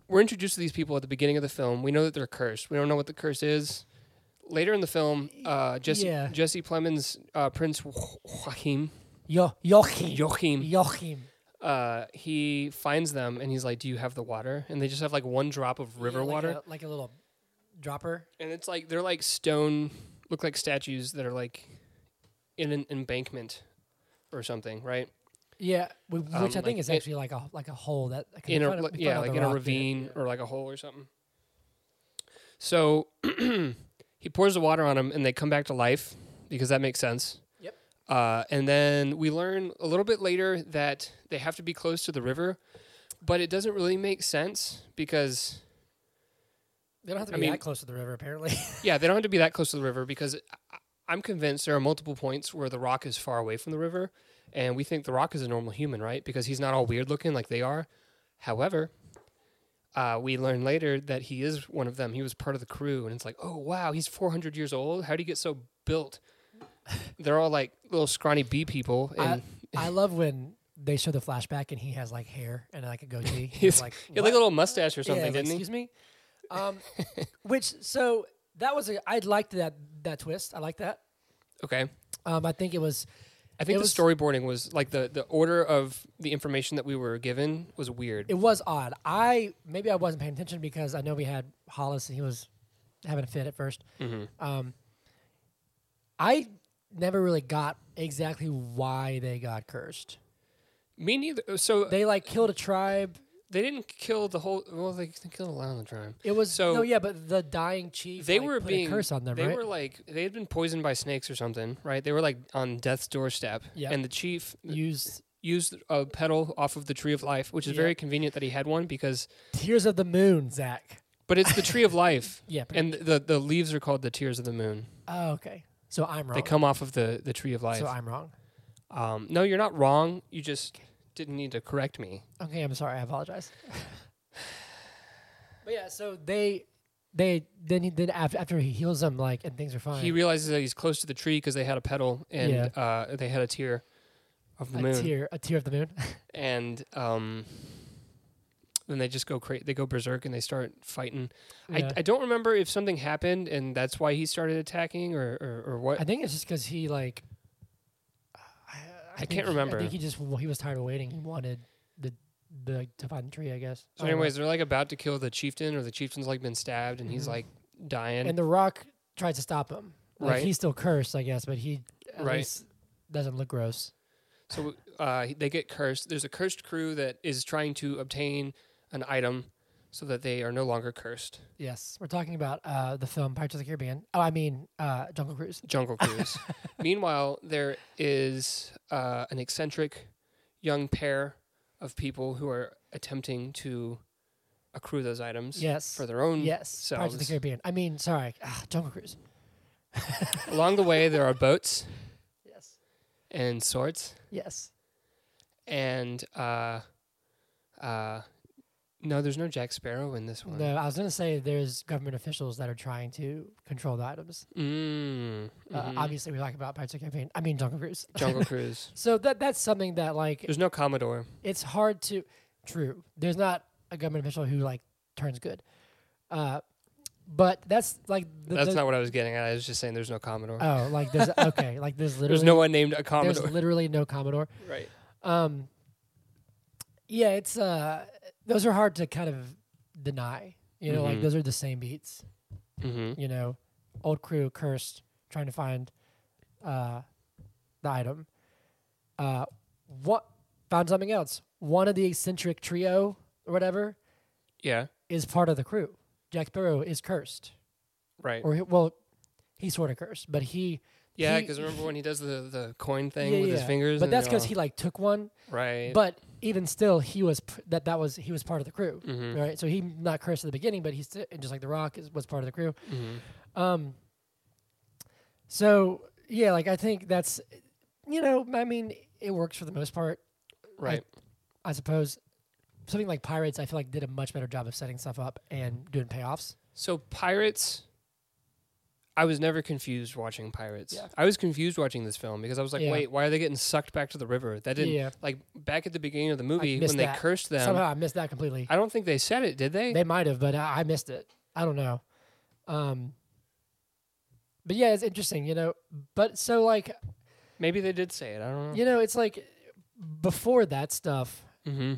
Speaker 1: we're introduced to these people at the beginning of the film. We know that they're cursed. We don't know what the curse is. Later in the film, uh, Jesse
Speaker 2: Yeah.
Speaker 1: Jesse Plemons uh, Prince Jo- Joachim
Speaker 2: Yo Joachim.
Speaker 1: Joachim
Speaker 2: Joachim.
Speaker 1: uh, he finds them and he's like, "Do you have the water?" And they just have like one drop of river
Speaker 2: Yeah, like uh,
Speaker 1: water,
Speaker 2: a- like a little dropper.
Speaker 1: and it's like they're like stone, look like statues that are like in an embankment or something, right?
Speaker 2: Yeah, wi-
Speaker 1: Um,
Speaker 2: which I think
Speaker 1: like
Speaker 2: is
Speaker 1: it-
Speaker 2: actually like a like a hole that like
Speaker 1: in a
Speaker 2: front of-
Speaker 1: like-
Speaker 2: front
Speaker 1: yeah,
Speaker 2: of the
Speaker 1: like in a
Speaker 2: rock there.
Speaker 1: ravine or like a hole or something. So he pours the water on them, and they come back to life because that makes sense.
Speaker 2: Yep.
Speaker 1: Uh, and then we learn a little bit later that they have to be close to the river, but it doesn't really make sense because
Speaker 2: They don't have to
Speaker 1: I
Speaker 2: be
Speaker 1: mean-
Speaker 2: that close to the river apparently.
Speaker 1: yeah, they don't have to be that close to the river because I- I'm convinced there are multiple points where the rock is far away from the river, and we think the rock is a normal human, right? Because he's not all weird looking like they are. However, uh, we learn later that he is one of them. He was part of the crew, and it's like, oh wow, he's 400 years old. How do you get so built? They're all like little scrawny bee people, and
Speaker 2: I love when they show the flashback and he has like hair and like a goatee.
Speaker 1: he's
Speaker 2: He's
Speaker 1: like,
Speaker 2: like,
Speaker 1: he had like a
Speaker 2: "What?"
Speaker 1: little mustache or
Speaker 2: Yeah,
Speaker 1: something,
Speaker 2: like,
Speaker 1: didn't he?
Speaker 2: Excuse me. Um, which so that was a I liked that that twist. I like that.
Speaker 1: Okay.
Speaker 2: Um, I think it was
Speaker 1: I think
Speaker 2: It
Speaker 1: the
Speaker 2: was-
Speaker 1: storyboarding was like the, the order of the information that we were given was weird.
Speaker 2: it was odd. I maybe I wasn't paying attention because I know we had Hollis and he was having a fit at 1st
Speaker 1: Mm-hmm.
Speaker 2: Um, I never really got exactly why they got cursed.
Speaker 1: Me neither. So
Speaker 2: They like killed a tribe.
Speaker 1: They didn't kill the whole. Well, they, they killed a lot of the tribe.
Speaker 2: It was
Speaker 1: So-
Speaker 2: no, yeah, but the dying chief.
Speaker 1: They
Speaker 2: like,
Speaker 1: were
Speaker 2: put
Speaker 1: being
Speaker 2: a curse on them,
Speaker 1: They
Speaker 2: right?
Speaker 1: were like they had been poisoned by snakes or something, right? They were like on death's doorstep,
Speaker 2: Yep.
Speaker 1: and the chief
Speaker 2: Used
Speaker 1: used a petal off of the tree of life, which is
Speaker 2: Yeah.
Speaker 1: very convenient that he had one because.
Speaker 2: Tears of the Moon, Zach.
Speaker 1: But it's the tree of life,
Speaker 2: Yeah. pretty-
Speaker 1: and the the leaves are called the tears of the moon.
Speaker 2: oh, okay. So I'm wrong.
Speaker 1: They come off of the the tree of life.
Speaker 2: so I'm wrong.
Speaker 1: um, no, you're not wrong. You just didn't need to correct me.
Speaker 2: Okay, I'm sorry. I apologize. but yeah, so they, they then he then after, after he heals them like and things are fine.
Speaker 1: He realizes that he's close to the tree because they had a petal and
Speaker 2: Yeah.
Speaker 1: uh, they had a tear of the
Speaker 2: a
Speaker 1: moon.
Speaker 2: tear, a tear of the moon.
Speaker 1: and um, then they just go cra- they go berserk and they start fighting.
Speaker 2: Yeah.
Speaker 1: I, I don't remember if something happened and that's why he started attacking or or, or what.
Speaker 2: I think it's just because he like. I,
Speaker 1: I can't
Speaker 2: think he-
Speaker 1: remember.
Speaker 2: I think he just well, he was tired of waiting. He wanted the the to find the tree, I guess.
Speaker 1: so,
Speaker 2: I don't know.
Speaker 1: anyways, they're like about to kill the chieftain or the chieftain's like been stabbed and he's
Speaker 2: Mhm.
Speaker 1: like dying.
Speaker 2: and the Rock tries to stop him. Like,
Speaker 1: Right.
Speaker 2: He's still cursed, I guess, but he at
Speaker 1: Right.
Speaker 2: least doesn't look gross.
Speaker 1: so uh, they get cursed. There's a cursed crew that is trying to obtain an item so that they are no longer cursed.
Speaker 2: Yes, we're talking about uh, the film Pirates of the Caribbean. Oh, I mean uh, Jungle Cruise.
Speaker 1: Jungle Cruise. Meanwhile, there is uh, an eccentric young pair of people who are attempting to accrue those items
Speaker 2: Yes.
Speaker 1: for their own
Speaker 2: yes. Pirates of the
Speaker 1: selves.
Speaker 2: Caribbean. I mean, sorry, ah, Jungle Cruise.
Speaker 1: Along the way, there are boats.
Speaker 2: Yes.
Speaker 1: and Swords.
Speaker 2: Yes.
Speaker 1: And uh, uh, no, there's no Jack Sparrow in this one.
Speaker 2: No, I was gonna say there's government officials that are trying to control the items.
Speaker 1: Mm, mhm.
Speaker 2: Uh, obviously, we talk about Pirates of the Campaign. I mean, Jungle Cruise.
Speaker 1: Jungle Cruise.
Speaker 2: so that that's something that like
Speaker 1: There's no Commodore.
Speaker 2: it's hard to. True, there's not a government official who like turns good, uh, but that's like the,
Speaker 1: That's
Speaker 2: the-
Speaker 1: not what I was getting at. I was just saying there's no Commodore.
Speaker 2: Oh, like there's okay, like there's literally
Speaker 1: there's no one named a
Speaker 2: there's
Speaker 1: Commodore.
Speaker 2: literally no Commodore.
Speaker 1: right.
Speaker 2: Um, yeah, it's uh, those are hard to kind of deny. You know, like
Speaker 1: Mhm.
Speaker 2: those are the same beats.
Speaker 1: hmm
Speaker 2: you know, old crew cursed trying to find uh, the item. Uh, what found something else? One of the eccentric trio or whatever
Speaker 1: Yeah.
Speaker 2: is part of the crew. Jack Sparrow is cursed,
Speaker 1: Right.
Speaker 2: or he, well, he's sort of cursed, but he
Speaker 1: yeah,
Speaker 2: he-
Speaker 1: because remember when he does the, the coin thing
Speaker 2: Yeah,
Speaker 1: with his
Speaker 2: yeah.
Speaker 1: fingers?
Speaker 2: But
Speaker 1: and
Speaker 2: that's
Speaker 1: they're
Speaker 2: because he like took one.
Speaker 1: all- Right.
Speaker 2: But even still, he was p- that that was he was part of the crew,
Speaker 1: Mhm.
Speaker 2: right? So he not cursed at the beginning, but he's sti- just like the Rock is was part of the crew.
Speaker 1: Mhm.
Speaker 2: Um. So yeah, like I think that's, you know, I mean, it works for the most part,
Speaker 1: Right.
Speaker 2: I suppose. Something like Pirates, I feel like did a much better job of setting stuff up and doing payoffs.
Speaker 1: So pirates. I was never confused watching Pirates.
Speaker 2: Yeah.
Speaker 1: I was confused watching this film because I was like,
Speaker 2: Yeah.
Speaker 1: wait, why are they getting sucked back to the river? That didn't
Speaker 2: Yeah.
Speaker 1: like back at the beginning of the movie
Speaker 2: missed
Speaker 1: when they
Speaker 2: that.
Speaker 1: cursed them.
Speaker 2: Somehow I missed that completely.
Speaker 1: I don't think they said it, did they?
Speaker 2: they might have, but I, I missed it. I don't know. Um. But yeah, it's interesting, you know. But so like,
Speaker 1: Maybe they did say it. I don't know.
Speaker 2: you know, it's like before that stuff,
Speaker 1: Mm-hmm.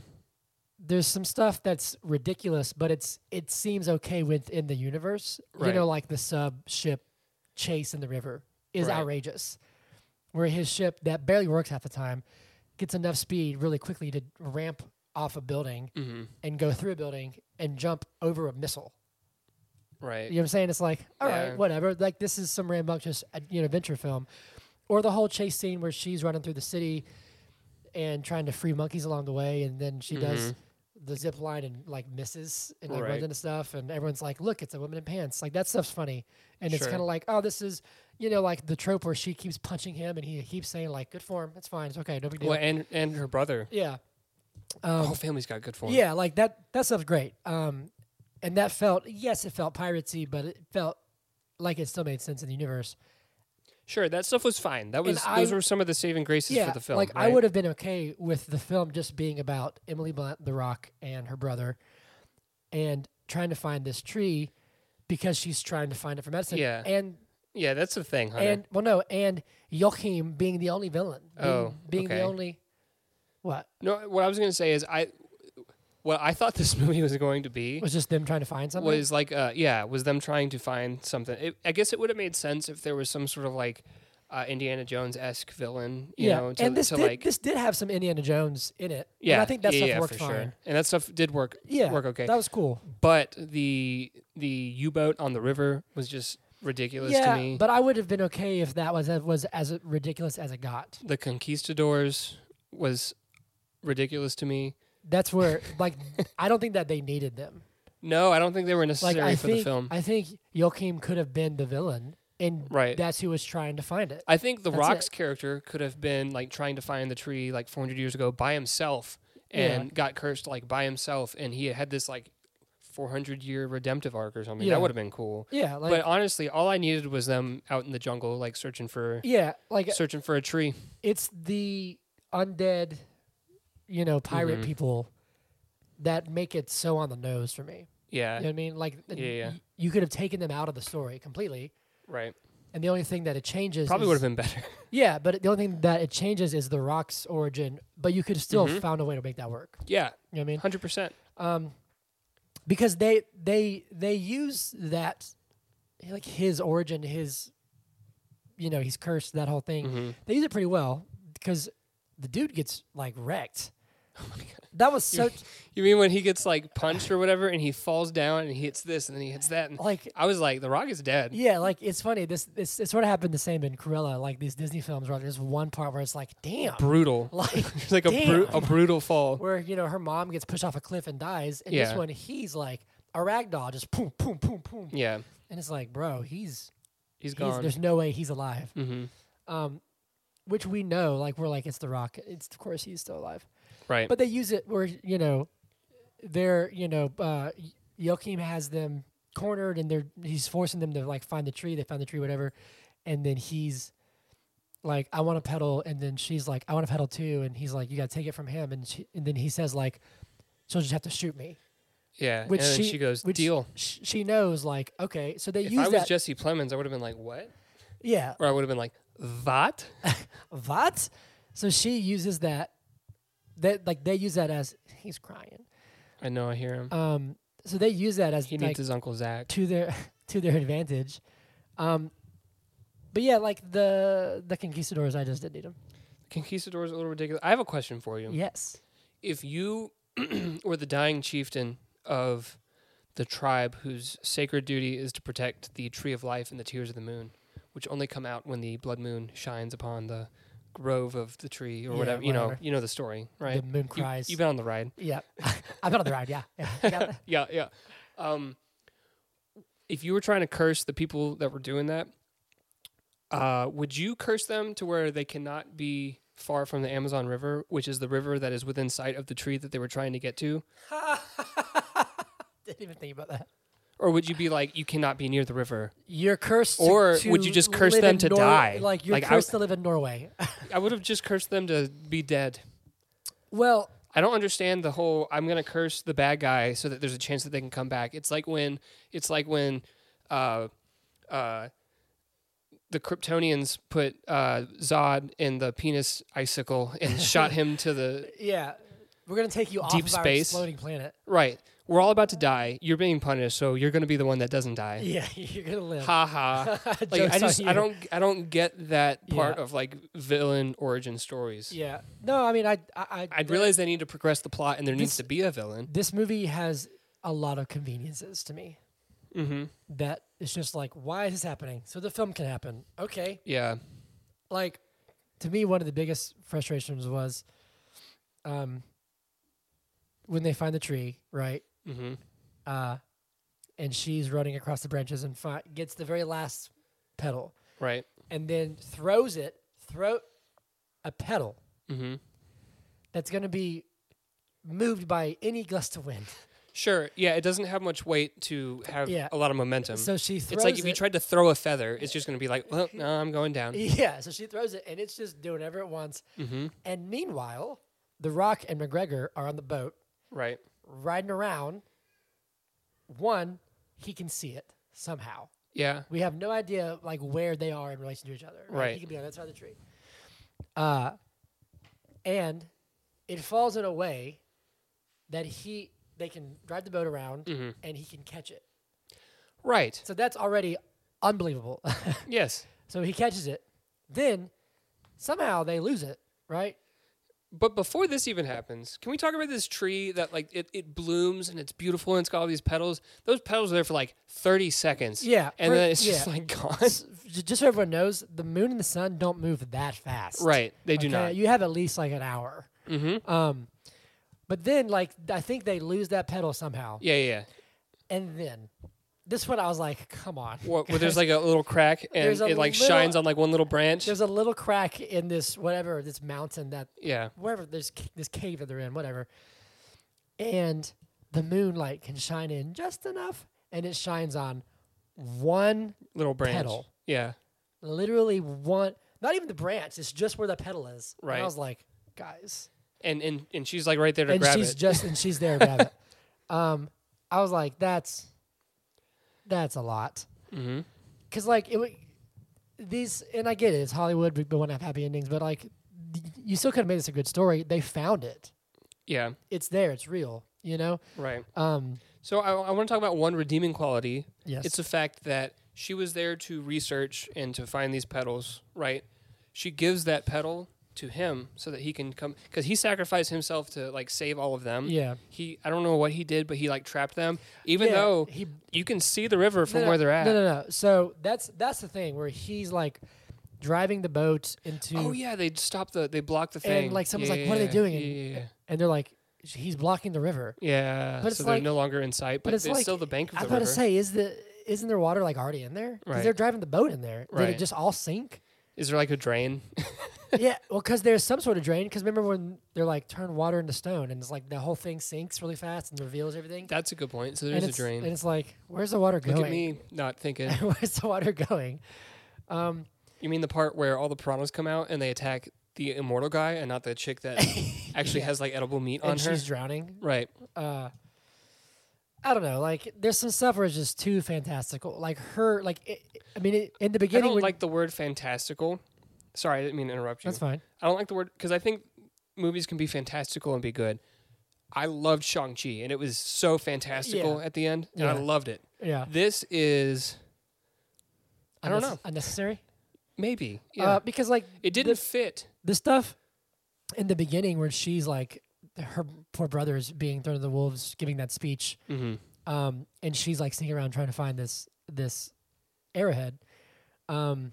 Speaker 2: there's some stuff that's ridiculous, but it's it seems okay within the universe. You
Speaker 1: Right.
Speaker 2: know, like the sub ship chase in the river is
Speaker 1: Right.
Speaker 2: outrageous, where his ship that barely works half the time gets enough speed really quickly to ramp off a building
Speaker 1: Mm-hmm.
Speaker 2: and go through a building and jump over a missile.
Speaker 1: Right.
Speaker 2: You know what I'm saying? It's like, all right,
Speaker 1: Yeah.
Speaker 2: whatever. Like this is some rambunctious uh, you know adventure film, or the whole chase scene where she's running through the city and trying to free monkeys along the way, and then she does
Speaker 1: Mhm.
Speaker 2: the zip line and like misses and like
Speaker 1: Right.
Speaker 2: runs into stuff, and everyone's like, look, it's a woman in pants. Like that stuff's funny, and it's
Speaker 1: Sure.
Speaker 2: kind of like, oh, this is. You know, like the trope where she keeps punching him and he keeps saying, like, good form, it's fine, it's okay, no big deal.
Speaker 1: Well, and and her brother.
Speaker 2: Yeah.
Speaker 1: The
Speaker 2: Um,
Speaker 1: whole family's got good form.
Speaker 2: yeah, like that that stuff's great. Um and that felt yes, it felt piracy, but it felt like it still made sense in the universe.
Speaker 1: Sure, that stuff was fine. That
Speaker 2: And
Speaker 1: was
Speaker 2: I-
Speaker 1: those were some of the saving graces
Speaker 2: yeah,
Speaker 1: for the film.
Speaker 2: like I
Speaker 1: right?
Speaker 2: would have been okay with the film just being about Emily Blunt, The Rock, and her brother, and trying to find this tree because she's trying to find it for medicine.
Speaker 1: Yeah.
Speaker 2: and
Speaker 1: Yeah, that's the thing, Hunter.
Speaker 2: and well, no, and Joachim being the only villain. Being,
Speaker 1: Oh,
Speaker 2: being
Speaker 1: okay.
Speaker 2: the only what
Speaker 1: no, what I was gonna say is I, what I thought this movie was going to be
Speaker 2: was just them trying to find something.
Speaker 1: was like, uh, yeah, was them trying to find something. It, I guess it would have made sense if there was some sort of like uh, Indiana Jones esque villain, you know, to,
Speaker 2: and this
Speaker 1: to
Speaker 2: did,
Speaker 1: like,
Speaker 2: this did have some Indiana Jones in it.
Speaker 1: yeah,
Speaker 2: and I think that
Speaker 1: yeah,
Speaker 2: stuff
Speaker 1: yeah,
Speaker 2: worked
Speaker 1: for
Speaker 2: fine.
Speaker 1: sure. And that stuff did work,
Speaker 2: Yeah,
Speaker 1: work okay.
Speaker 2: That was cool.
Speaker 1: but the the U boat on the river was just ridiculous
Speaker 2: yeah,
Speaker 1: to me.
Speaker 2: but I would have been okay if that was was as ridiculous as it got.
Speaker 1: the Conquistadors was ridiculous to me.
Speaker 2: That's where, like, I don't think that they needed them.
Speaker 1: No, I don't think they were
Speaker 2: Like,
Speaker 1: necessary
Speaker 2: I
Speaker 1: for
Speaker 2: think
Speaker 1: the film.
Speaker 2: I think Joachim could have been the villain, and
Speaker 1: Right.
Speaker 2: that's who was trying to find it.
Speaker 1: I think the
Speaker 2: That's
Speaker 1: Rock's
Speaker 2: it.
Speaker 1: character could have been like trying to find the tree like 400 years ago by himself and
Speaker 2: Yeah.
Speaker 1: got cursed like by himself, and he had this like 400 year redemptive arc or something.
Speaker 2: Yeah.
Speaker 1: That would have been cool.
Speaker 2: Yeah, like
Speaker 1: but honestly, all I needed was them out in the jungle, like searching for
Speaker 2: yeah, like
Speaker 1: searching for a tree.
Speaker 2: it's the undead, you know, pirate
Speaker 1: Mhm.
Speaker 2: people that make it so on the nose for me.
Speaker 1: Yeah,
Speaker 2: You know what I mean? Like, th-
Speaker 1: Yeah, yeah.
Speaker 2: y- you could have taken them out of the story completely,
Speaker 1: right.
Speaker 2: and the only thing that it changes
Speaker 1: Probably
Speaker 2: is-
Speaker 1: would have been better.
Speaker 2: Yeah, but the only thing that it changes is the rock's origin, but you could have still
Speaker 1: Mhm.
Speaker 2: found a way to make that work.
Speaker 1: yeah,
Speaker 2: You know what I mean?
Speaker 1: 100. percent
Speaker 2: Um, because they they they use that like his origin, his you know, he's cursed that whole thing.
Speaker 1: hmm
Speaker 2: They use it pretty well because the dude gets like wrecked. That was so
Speaker 1: You mean when he gets like punched or whatever, and he falls down and he hits this and then he hits that? And
Speaker 2: like
Speaker 1: I was like, the Rock is dead.
Speaker 2: yeah, like it's funny. This this it sort of happened the same in Cruella, like these Disney films where there's one part where it's like, damn,
Speaker 1: Brutal.
Speaker 2: like
Speaker 1: It's like a, bru- a
Speaker 2: Damn.
Speaker 1: brutal fall.
Speaker 2: where you know her mom gets pushed off a cliff and dies, and
Speaker 1: Yeah.
Speaker 2: this one he's like a rag doll, just boom, boom, boom, boom,
Speaker 1: Yeah,
Speaker 2: and it's like, bro, he's
Speaker 1: he's
Speaker 2: he's-
Speaker 1: gone.
Speaker 2: there's no way he's alive.
Speaker 1: Mm-hmm.
Speaker 2: Um, which we know, like we're like it's the Rock. It's of course he's still alive,
Speaker 1: Right.
Speaker 2: but they use it where you know, they're you know, uh, Y- Joachim has them cornered and they're he's forcing them to like find the tree. They found the tree, whatever, and then he's like, I want to pedal, and then she's like, I want to pedal too, and he's like, you got to take it from him, and she, and then he says like, she'll just have to shoot me.
Speaker 1: yeah.
Speaker 2: which
Speaker 1: and then
Speaker 2: she-
Speaker 1: she goes,
Speaker 2: which
Speaker 1: deal.
Speaker 2: Sh- she knows like, okay, so they
Speaker 1: If
Speaker 2: use
Speaker 1: I was
Speaker 2: that.
Speaker 1: Jesse Plemons, I would have been like, what?
Speaker 2: yeah,
Speaker 1: Or I would have been like, that?
Speaker 2: What? So she uses that. That like they use that as he's crying.
Speaker 1: I know I hear him.
Speaker 2: Um, so they use that as
Speaker 1: he
Speaker 2: like
Speaker 1: needs his Uncle Zach.
Speaker 2: to their to their advantage. Um, but yeah, like the the conquistadors, I just didn't need them.
Speaker 1: Conquistador's a little ridiculous. I have a question for you.
Speaker 2: Yes.
Speaker 1: If you were the dying chieftain of the tribe whose sacred duty is to protect the tree of life and the tears of the moon, which only come out when the blood moon shines upon the grove of the tree or
Speaker 2: Yeah,
Speaker 1: whatever, you know,
Speaker 2: whatever.
Speaker 1: you know the story, right?
Speaker 2: The moon
Speaker 1: You-
Speaker 2: cries.
Speaker 1: You've been on the ride.
Speaker 2: yeah, I've been on the ride. Yeah, yeah. I got that.
Speaker 1: Yeah, yeah. Um, if you were trying to curse the people that were doing that, uh, would you curse them to where they cannot be far from the Amazon River, which is the river that is within sight of the tree that they were trying to get to?
Speaker 2: didn't even think about that.
Speaker 1: Or would you be like, you cannot be near the river?
Speaker 2: You're cursed. to-
Speaker 1: Or
Speaker 2: to
Speaker 1: would you just curse
Speaker 2: live
Speaker 1: them
Speaker 2: in
Speaker 1: to
Speaker 2: Nor-
Speaker 1: die?
Speaker 2: Like you're
Speaker 1: Like, I-
Speaker 2: cursed to live in Norway.
Speaker 1: I would have just cursed them to be dead.
Speaker 2: well,
Speaker 1: I don't understand the whole I'm gonna curse the bad guy so that there's a chance that they can come back. It's like when it's like when uh uh the Kryptonians put uh Zod in the penis icicle and shot him to the
Speaker 2: yeah, we're gonna take you off
Speaker 1: Deep
Speaker 2: of
Speaker 1: space.
Speaker 2: our exploding planet.
Speaker 1: right. We're all about to die. You're being punished, so you're gonna be the one that doesn't die.
Speaker 2: Yeah, you're gonna live.
Speaker 1: Ha ha. Like
Speaker 2: Joke's
Speaker 1: I
Speaker 2: on
Speaker 1: just I
Speaker 2: you.
Speaker 1: don't I don't get that part
Speaker 2: Yeah.
Speaker 1: of like villain origin stories.
Speaker 2: Yeah. No, I mean, I, I, I
Speaker 1: I'd realize they need to progress the plot and there needs to
Speaker 2: This-
Speaker 1: be a villain.
Speaker 2: this movie has a lot of conveniences to me.
Speaker 1: Mm-hmm.
Speaker 2: That it's just like, why is this happening? So the film can happen. Okay.
Speaker 1: Yeah.
Speaker 2: Like, to me, one of the biggest frustrations was, um, when they find the tree, right?
Speaker 1: Mm-hmm.
Speaker 2: Uh, and she's running across the branches and fi- gets the very last petal,
Speaker 1: Right.
Speaker 2: and then throws it, throw a petal
Speaker 1: Mm-hmm.
Speaker 2: that's going to be moved by any gust of wind.
Speaker 1: Sure. Yeah, it doesn't have much weight to have
Speaker 2: Yeah.
Speaker 1: a lot of momentum.
Speaker 2: So she throws
Speaker 1: it's like if you
Speaker 2: it.
Speaker 1: tried to throw a feather, it's just going to be like, well, no, I'm going down.
Speaker 2: Yeah, so she throws it, and it's just doing whatever it wants.
Speaker 1: Mm-hmm.
Speaker 2: And meanwhile, The Rock and McGregor are on the boat
Speaker 1: Right.
Speaker 2: riding around. One, he can see it somehow.
Speaker 1: Yeah.
Speaker 2: We have no idea like where they are in relation to each other.
Speaker 1: Right.
Speaker 2: He could be on that side of the tree. Uh, and it falls in a way that he they can drive the boat around
Speaker 1: Mhm.
Speaker 2: and he can catch it.
Speaker 1: Right.
Speaker 2: So that's already unbelievable.
Speaker 1: Yes.
Speaker 2: so he catches it. Then somehow they lose it, right?
Speaker 1: But before this even happens, can we talk about this tree that like it, it blooms and it's beautiful and it's got all these petals? Those petals are there for like 30 seconds.
Speaker 2: Yeah,
Speaker 1: And
Speaker 2: for-
Speaker 1: then it's just
Speaker 2: yeah.
Speaker 1: like gone.
Speaker 2: S- j- just so everyone knows, the moon and the sun don't move that fast.
Speaker 1: right. They do
Speaker 2: Okay?
Speaker 1: not.
Speaker 2: You have at least like an hour.
Speaker 1: Mm-hmm.
Speaker 2: Um, but then like I think they lose that pedal somehow,
Speaker 1: Yeah, yeah. yeah.
Speaker 2: and then this one I was like, come on.
Speaker 1: Where, where there's like a little crack and
Speaker 2: There's a
Speaker 1: it like
Speaker 2: little-
Speaker 1: shines on like one little branch.
Speaker 2: There's a little crack in this whatever this mountain that
Speaker 1: Yeah.
Speaker 2: wherever there's c- this cave that they're in, whatever, and the moonlight can shine in just enough, and it shines on one
Speaker 1: Little branch.
Speaker 2: Petal.
Speaker 1: Yeah.
Speaker 2: literally one not even the branch it's just where the pedal is And
Speaker 1: Right.
Speaker 2: i was like guys
Speaker 1: And, and and she's like right there to
Speaker 2: and
Speaker 1: grab
Speaker 2: she's
Speaker 1: it.
Speaker 2: just and she's there to grab it um i was like that's that's a lot
Speaker 1: mm-hmm.
Speaker 2: because like it would these and i get it it's hollywood we want to have happy endings but like th- you still could have made this a good story they found it
Speaker 1: Yeah.
Speaker 2: it's there it's real you know
Speaker 1: Right.
Speaker 2: um
Speaker 1: So I, I want to talk about one redeeming quality.
Speaker 2: yes
Speaker 1: It's the fact that she was there to research and to find these petals, right? She gives that petal to him so that he can come because he sacrificed himself to like save all of them.
Speaker 2: yeah
Speaker 1: He I don't know what he did, but he like trapped them. Mm-hmm. Even
Speaker 2: Yeah,
Speaker 1: though
Speaker 2: he
Speaker 1: you can see the river from
Speaker 2: no,
Speaker 1: where they're at.
Speaker 2: no no no so that's that's the thing where he's like driving the boat into
Speaker 1: Oh yeah, they stopped the they blocked the thing.
Speaker 2: like, someone's
Speaker 1: Yeah,
Speaker 2: like, "What are they
Speaker 1: yeah,
Speaker 2: doing?"
Speaker 1: Yeah,
Speaker 2: And-
Speaker 1: yeah, yeah.
Speaker 2: and they're like, "Sh- he's blocking the river.
Speaker 1: Yeah,
Speaker 2: But it's
Speaker 1: so they're
Speaker 2: like-
Speaker 1: no longer in sight, but,
Speaker 2: it's
Speaker 1: there's
Speaker 2: like-
Speaker 1: still the bank of
Speaker 2: I
Speaker 1: the
Speaker 2: was about
Speaker 1: river.
Speaker 2: to say, is the isn't there water like already in there? Because
Speaker 1: Right.
Speaker 2: they're driving the boat in there. Did
Speaker 1: Right.
Speaker 2: it just all sink?
Speaker 1: Is there like a drain?
Speaker 2: yeah, well, because there's some sort of drain. Because remember when they're like turn water into stone, and it's like the whole thing sinks really fast and reveals everything.
Speaker 1: That's a good point. So
Speaker 2: and
Speaker 1: there's a
Speaker 2: it's, and
Speaker 1: drain.
Speaker 2: it's like, where's the water going?
Speaker 1: Look at me not thinking.
Speaker 2: where's the water going? Um,
Speaker 1: You mean the part where all the piranhas come out and they attack the immortal guy and not the chick that actually has like edible meat on
Speaker 2: and
Speaker 1: her?
Speaker 2: she's drowning.
Speaker 1: Right.
Speaker 2: uh I don't know. Like, there's some stuff where it's just too fantastical. Like her, like it, I mean, it, in the
Speaker 1: I
Speaker 2: beginning,
Speaker 1: don't
Speaker 2: when-
Speaker 1: like the word fantastical. Sorry, I didn't mean to interrupt you.
Speaker 2: that's fine.
Speaker 1: I don't like the word because I think movies can be fantastical and be good. I loved Shang Chi and it was so fantastical at the end, and I
Speaker 2: Yeah. Uh.
Speaker 1: loved it.
Speaker 2: Yeah,
Speaker 1: This is I don't
Speaker 2: Unnece-
Speaker 1: know.
Speaker 2: unnecessary.
Speaker 1: maybe yeah.
Speaker 2: Uh, because like
Speaker 1: it didn't fit.
Speaker 2: the stuff in the beginning where she's like her poor brother's being thrown to the wolves, giving that speech,
Speaker 1: Mm-hmm.
Speaker 2: um, and she's like sneaking around trying to find this this arrowhead. Um,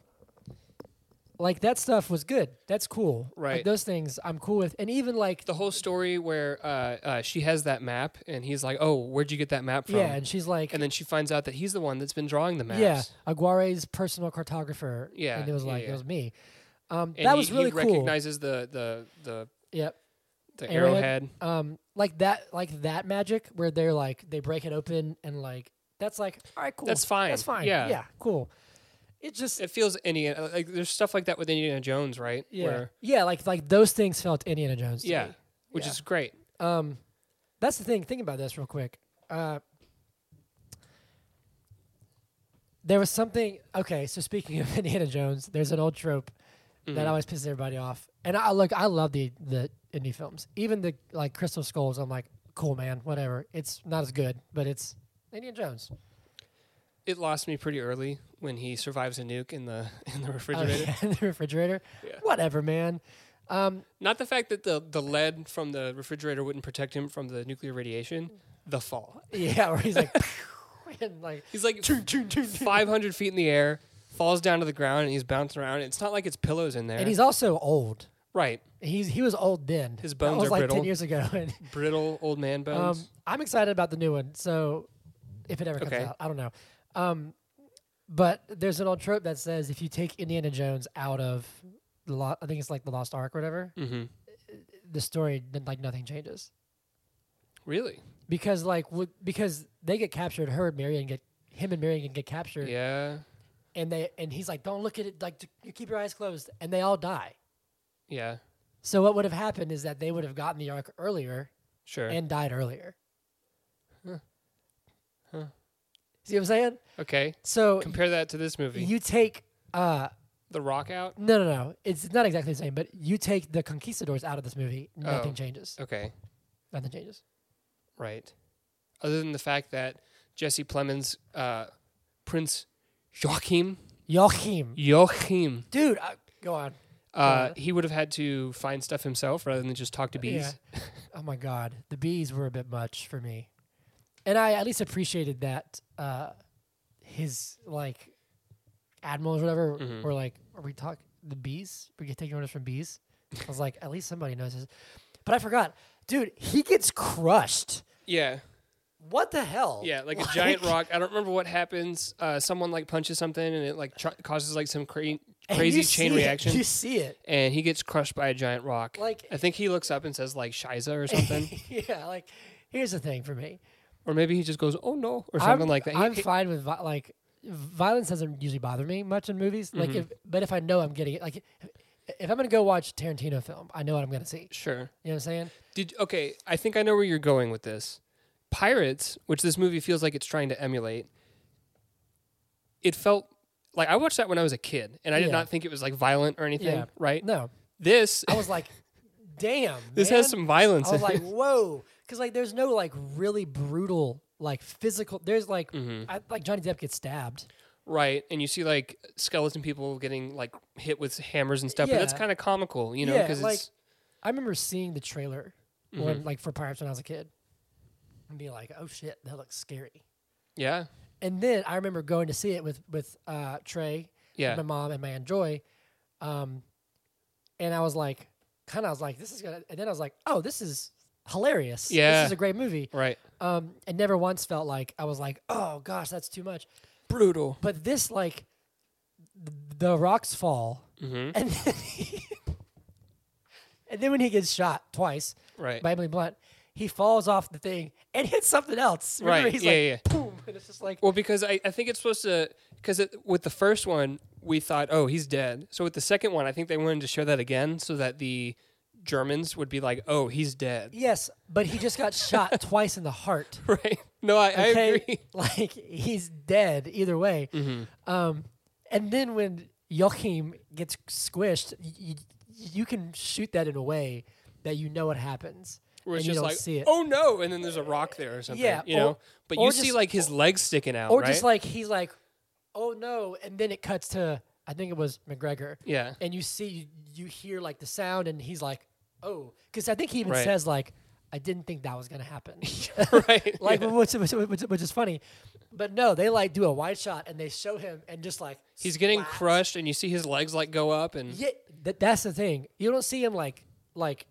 Speaker 2: like that stuff was good. That's cool. Like,
Speaker 1: Right.
Speaker 2: those things I'm cool with, and even like
Speaker 1: The whole story where uh, uh, she has that map and he's like, "Oh, where'd you get that map from?"
Speaker 2: yeah, and she's like,
Speaker 1: and then she finds out that he's the one that's been drawing the maps.
Speaker 2: Yeah, Aguare's personal cartographer.
Speaker 1: Yeah,
Speaker 2: and it was
Speaker 1: yeah,
Speaker 2: like
Speaker 1: yeah.
Speaker 2: it was me. Um,
Speaker 1: and
Speaker 2: that
Speaker 1: he,
Speaker 2: was
Speaker 1: he
Speaker 2: really cool.
Speaker 1: recognizes the the the
Speaker 2: Yep.
Speaker 1: the
Speaker 2: Arrowhead.
Speaker 1: arrowhead.
Speaker 2: Um, like that, like that magic where they're like they break it open and like that's like all right, cool.
Speaker 1: That's fine.
Speaker 2: That's fine.
Speaker 1: Yeah.
Speaker 2: yeah, cool. It just
Speaker 1: It feels Indiana like there's stuff like that with Indiana Jones, right?
Speaker 2: yeah,
Speaker 1: Where-
Speaker 2: yeah, like like those things felt Indiana Jones. to
Speaker 1: yeah,
Speaker 2: me.
Speaker 1: which
Speaker 2: Yeah.
Speaker 1: is great.
Speaker 2: Um, that's the thing. Think about this real quick. Uh, there was something. Okay, so speaking of Indiana Jones, there's an old trope
Speaker 1: Mm.
Speaker 2: that always pisses everybody off. And I look, I love the the indie films, even the like Crystal Skulls. I'm like, cool, man, whatever. It's not as good, but it's Indiana Jones.
Speaker 1: It lost me pretty early when he survives a nuke in the in the
Speaker 2: Oh,
Speaker 1: refrigerator.
Speaker 2: yeah, the refrigerator.
Speaker 1: Yeah.
Speaker 2: Whatever, man. Um,
Speaker 1: Not the fact that the the lead from the refrigerator wouldn't protect him from the nuclear radiation. The fall.
Speaker 2: yeah, where he's like, and like,
Speaker 1: He's like 500 feet in the air, falls down to the ground, and he's bouncing around. It's not like it's pillows in there.
Speaker 2: and he's also old.
Speaker 1: right,
Speaker 2: He's he was old then.
Speaker 1: His
Speaker 2: That
Speaker 1: bones
Speaker 2: was
Speaker 1: are
Speaker 2: like
Speaker 1: brittle.
Speaker 2: ten years ago. And,
Speaker 1: brittle old man bones.
Speaker 2: um, I'm excited about the new one. So if it ever comes
Speaker 1: Okay.
Speaker 2: out, I don't know. Um, but there's an old trope that says if you take Indiana Jones out of the lot, I think it's like the Lost Ark or whatever,
Speaker 1: mm-hmm.
Speaker 2: the story then like nothing changes
Speaker 1: Really?
Speaker 2: because like w- because they get captured. Her and Marion get him and Marion get captured,
Speaker 1: Yeah,
Speaker 2: and they and he's like, don't look at it. Like you keep your eyes closed, and they all die.
Speaker 1: yeah,
Speaker 2: So what would have happened is that they would have gotten the Ark earlier
Speaker 1: sure.
Speaker 2: and died earlier.
Speaker 1: Huh. Huh.
Speaker 2: See what I'm saying?
Speaker 1: okay,
Speaker 2: So
Speaker 1: compare that to this movie,
Speaker 2: you take uh
Speaker 1: The Rock Out.
Speaker 2: no no no it's not exactly the same but you take the conquistadors out of this movie nothing
Speaker 1: Oh.
Speaker 2: changes
Speaker 1: Okay,
Speaker 2: nothing changes
Speaker 1: right. Other than the fact that Jesse Plemons, uh, Prince Joachim,
Speaker 2: Joachim
Speaker 1: Joachim,
Speaker 2: dude I, go on
Speaker 1: uh, he would have had to find stuff himself rather than just talk to bees.
Speaker 2: Yeah. oh my god the bees were a bit much for me and I at least appreciated that uh his like admirals or whatever
Speaker 1: Mhm.
Speaker 2: were like are we talk the bees we get taking orders from bees I was like at least somebody knows this but I forgot dude he gets crushed
Speaker 1: Yeah,
Speaker 2: what the hell
Speaker 1: yeah, like, a giant rock. I don't remember what happens. Uh, someone like punches something and it like tr- causes like some cra-
Speaker 2: And
Speaker 1: crazy
Speaker 2: you
Speaker 1: chain
Speaker 2: see it.
Speaker 1: reaction.
Speaker 2: You see it.
Speaker 1: and he gets crushed by a giant rock.
Speaker 2: Like-
Speaker 1: I think he looks up and says like Shiza or something,
Speaker 2: yeah, like here's the thing for me.
Speaker 1: or maybe he just goes oh no or something
Speaker 2: I'm,
Speaker 1: like that. He-
Speaker 2: I'm
Speaker 1: he-
Speaker 2: fine with vi- like violence doesn't usually bother me much in movies. Like,
Speaker 1: Mm-hmm.
Speaker 2: if, but if I know I'm getting it, like if I'm gonna go watch a Tarantino film, I know what I'm gonna see.
Speaker 1: sure.
Speaker 2: You know what I'm saying?
Speaker 1: Did okay? I think I know where you're going with this. Pirates, which this movie feels like it's trying to emulate. It felt like I watched that when I was a kid, and I did
Speaker 2: Yeah.
Speaker 1: not think it was like violent or anything.
Speaker 2: Yeah.
Speaker 1: Right?
Speaker 2: No,
Speaker 1: This
Speaker 2: I was like, damn.
Speaker 1: this
Speaker 2: man.
Speaker 1: has some violence.
Speaker 2: I was
Speaker 1: in
Speaker 2: like,
Speaker 1: it.
Speaker 2: whoa, because like there's no like really brutal like physical. There's like
Speaker 1: Mm-hmm.
Speaker 2: I, like Johnny Depp gets stabbed.
Speaker 1: right, and you see like skeleton people getting like hit with hammers and stuff, but that's
Speaker 2: Yeah.
Speaker 1: kind of comical, you know?
Speaker 2: Yeah,
Speaker 1: Because
Speaker 2: like-
Speaker 1: it's
Speaker 2: I remember seeing the trailer when,
Speaker 1: Mm-hmm.
Speaker 2: like for Pirates when I was a kid and being like, oh shit, that looks scary.
Speaker 1: yeah,
Speaker 2: And then I remember going to see it with with uh, Trey,
Speaker 1: Yeah.
Speaker 2: my mom, and my aunt Joy, um, and I was like, kind of, I was like, this is gonna. And then I was like, oh, this is hilarious.
Speaker 1: Yeah.
Speaker 2: this is a great movie.
Speaker 1: right,
Speaker 2: Um, and never once felt like I was like, oh gosh, that's too much.
Speaker 1: brutal.
Speaker 2: But this like, th- the rocks fall,
Speaker 1: hmm
Speaker 2: and then he, And then when he gets shot twice
Speaker 1: Right.
Speaker 2: by Emily Blunt, he falls off the thing and hits something else. Remember,
Speaker 1: Right,
Speaker 2: He's
Speaker 1: yeah,
Speaker 2: like, boom. And it's just like,
Speaker 1: Well, because I, I think it's supposed to because with the first one we thought oh he's dead. So with the second one I think they wanted to show that again so that the Germans would be like oh he's dead.
Speaker 2: yes, but he just got shot twice in the heart.
Speaker 1: Right. No, I, I agree. Mm-hmm.
Speaker 2: Like he's dead either way. Um, and then when Joachim gets squished, y- y- you can shoot that in a way that you know what happens.
Speaker 1: Where it's
Speaker 2: and you
Speaker 1: just
Speaker 2: don't
Speaker 1: like
Speaker 2: see it.
Speaker 1: oh no, and then there's a rock there or something.
Speaker 2: Yeah,
Speaker 1: You know.
Speaker 2: or-
Speaker 1: but
Speaker 2: or
Speaker 1: you see
Speaker 2: just-
Speaker 1: like his legs sticking out.
Speaker 2: or
Speaker 1: right?
Speaker 2: just like he's like, oh no, and then it cuts to I think it was McGregor,
Speaker 1: yeah.
Speaker 2: and you see you, you hear like the sound, and he's like, oh, because I think he even
Speaker 1: Right.
Speaker 2: says like, I didn't think that was gonna happen,
Speaker 1: right.
Speaker 2: like
Speaker 1: yeah.
Speaker 2: which, which, which, which is funny, but no, they like do a wide shot and they show him and just like
Speaker 1: he's getting
Speaker 2: splat.
Speaker 1: crushed and you see his legs like go up and
Speaker 2: Yeah, th- that's the thing. You don't see him like like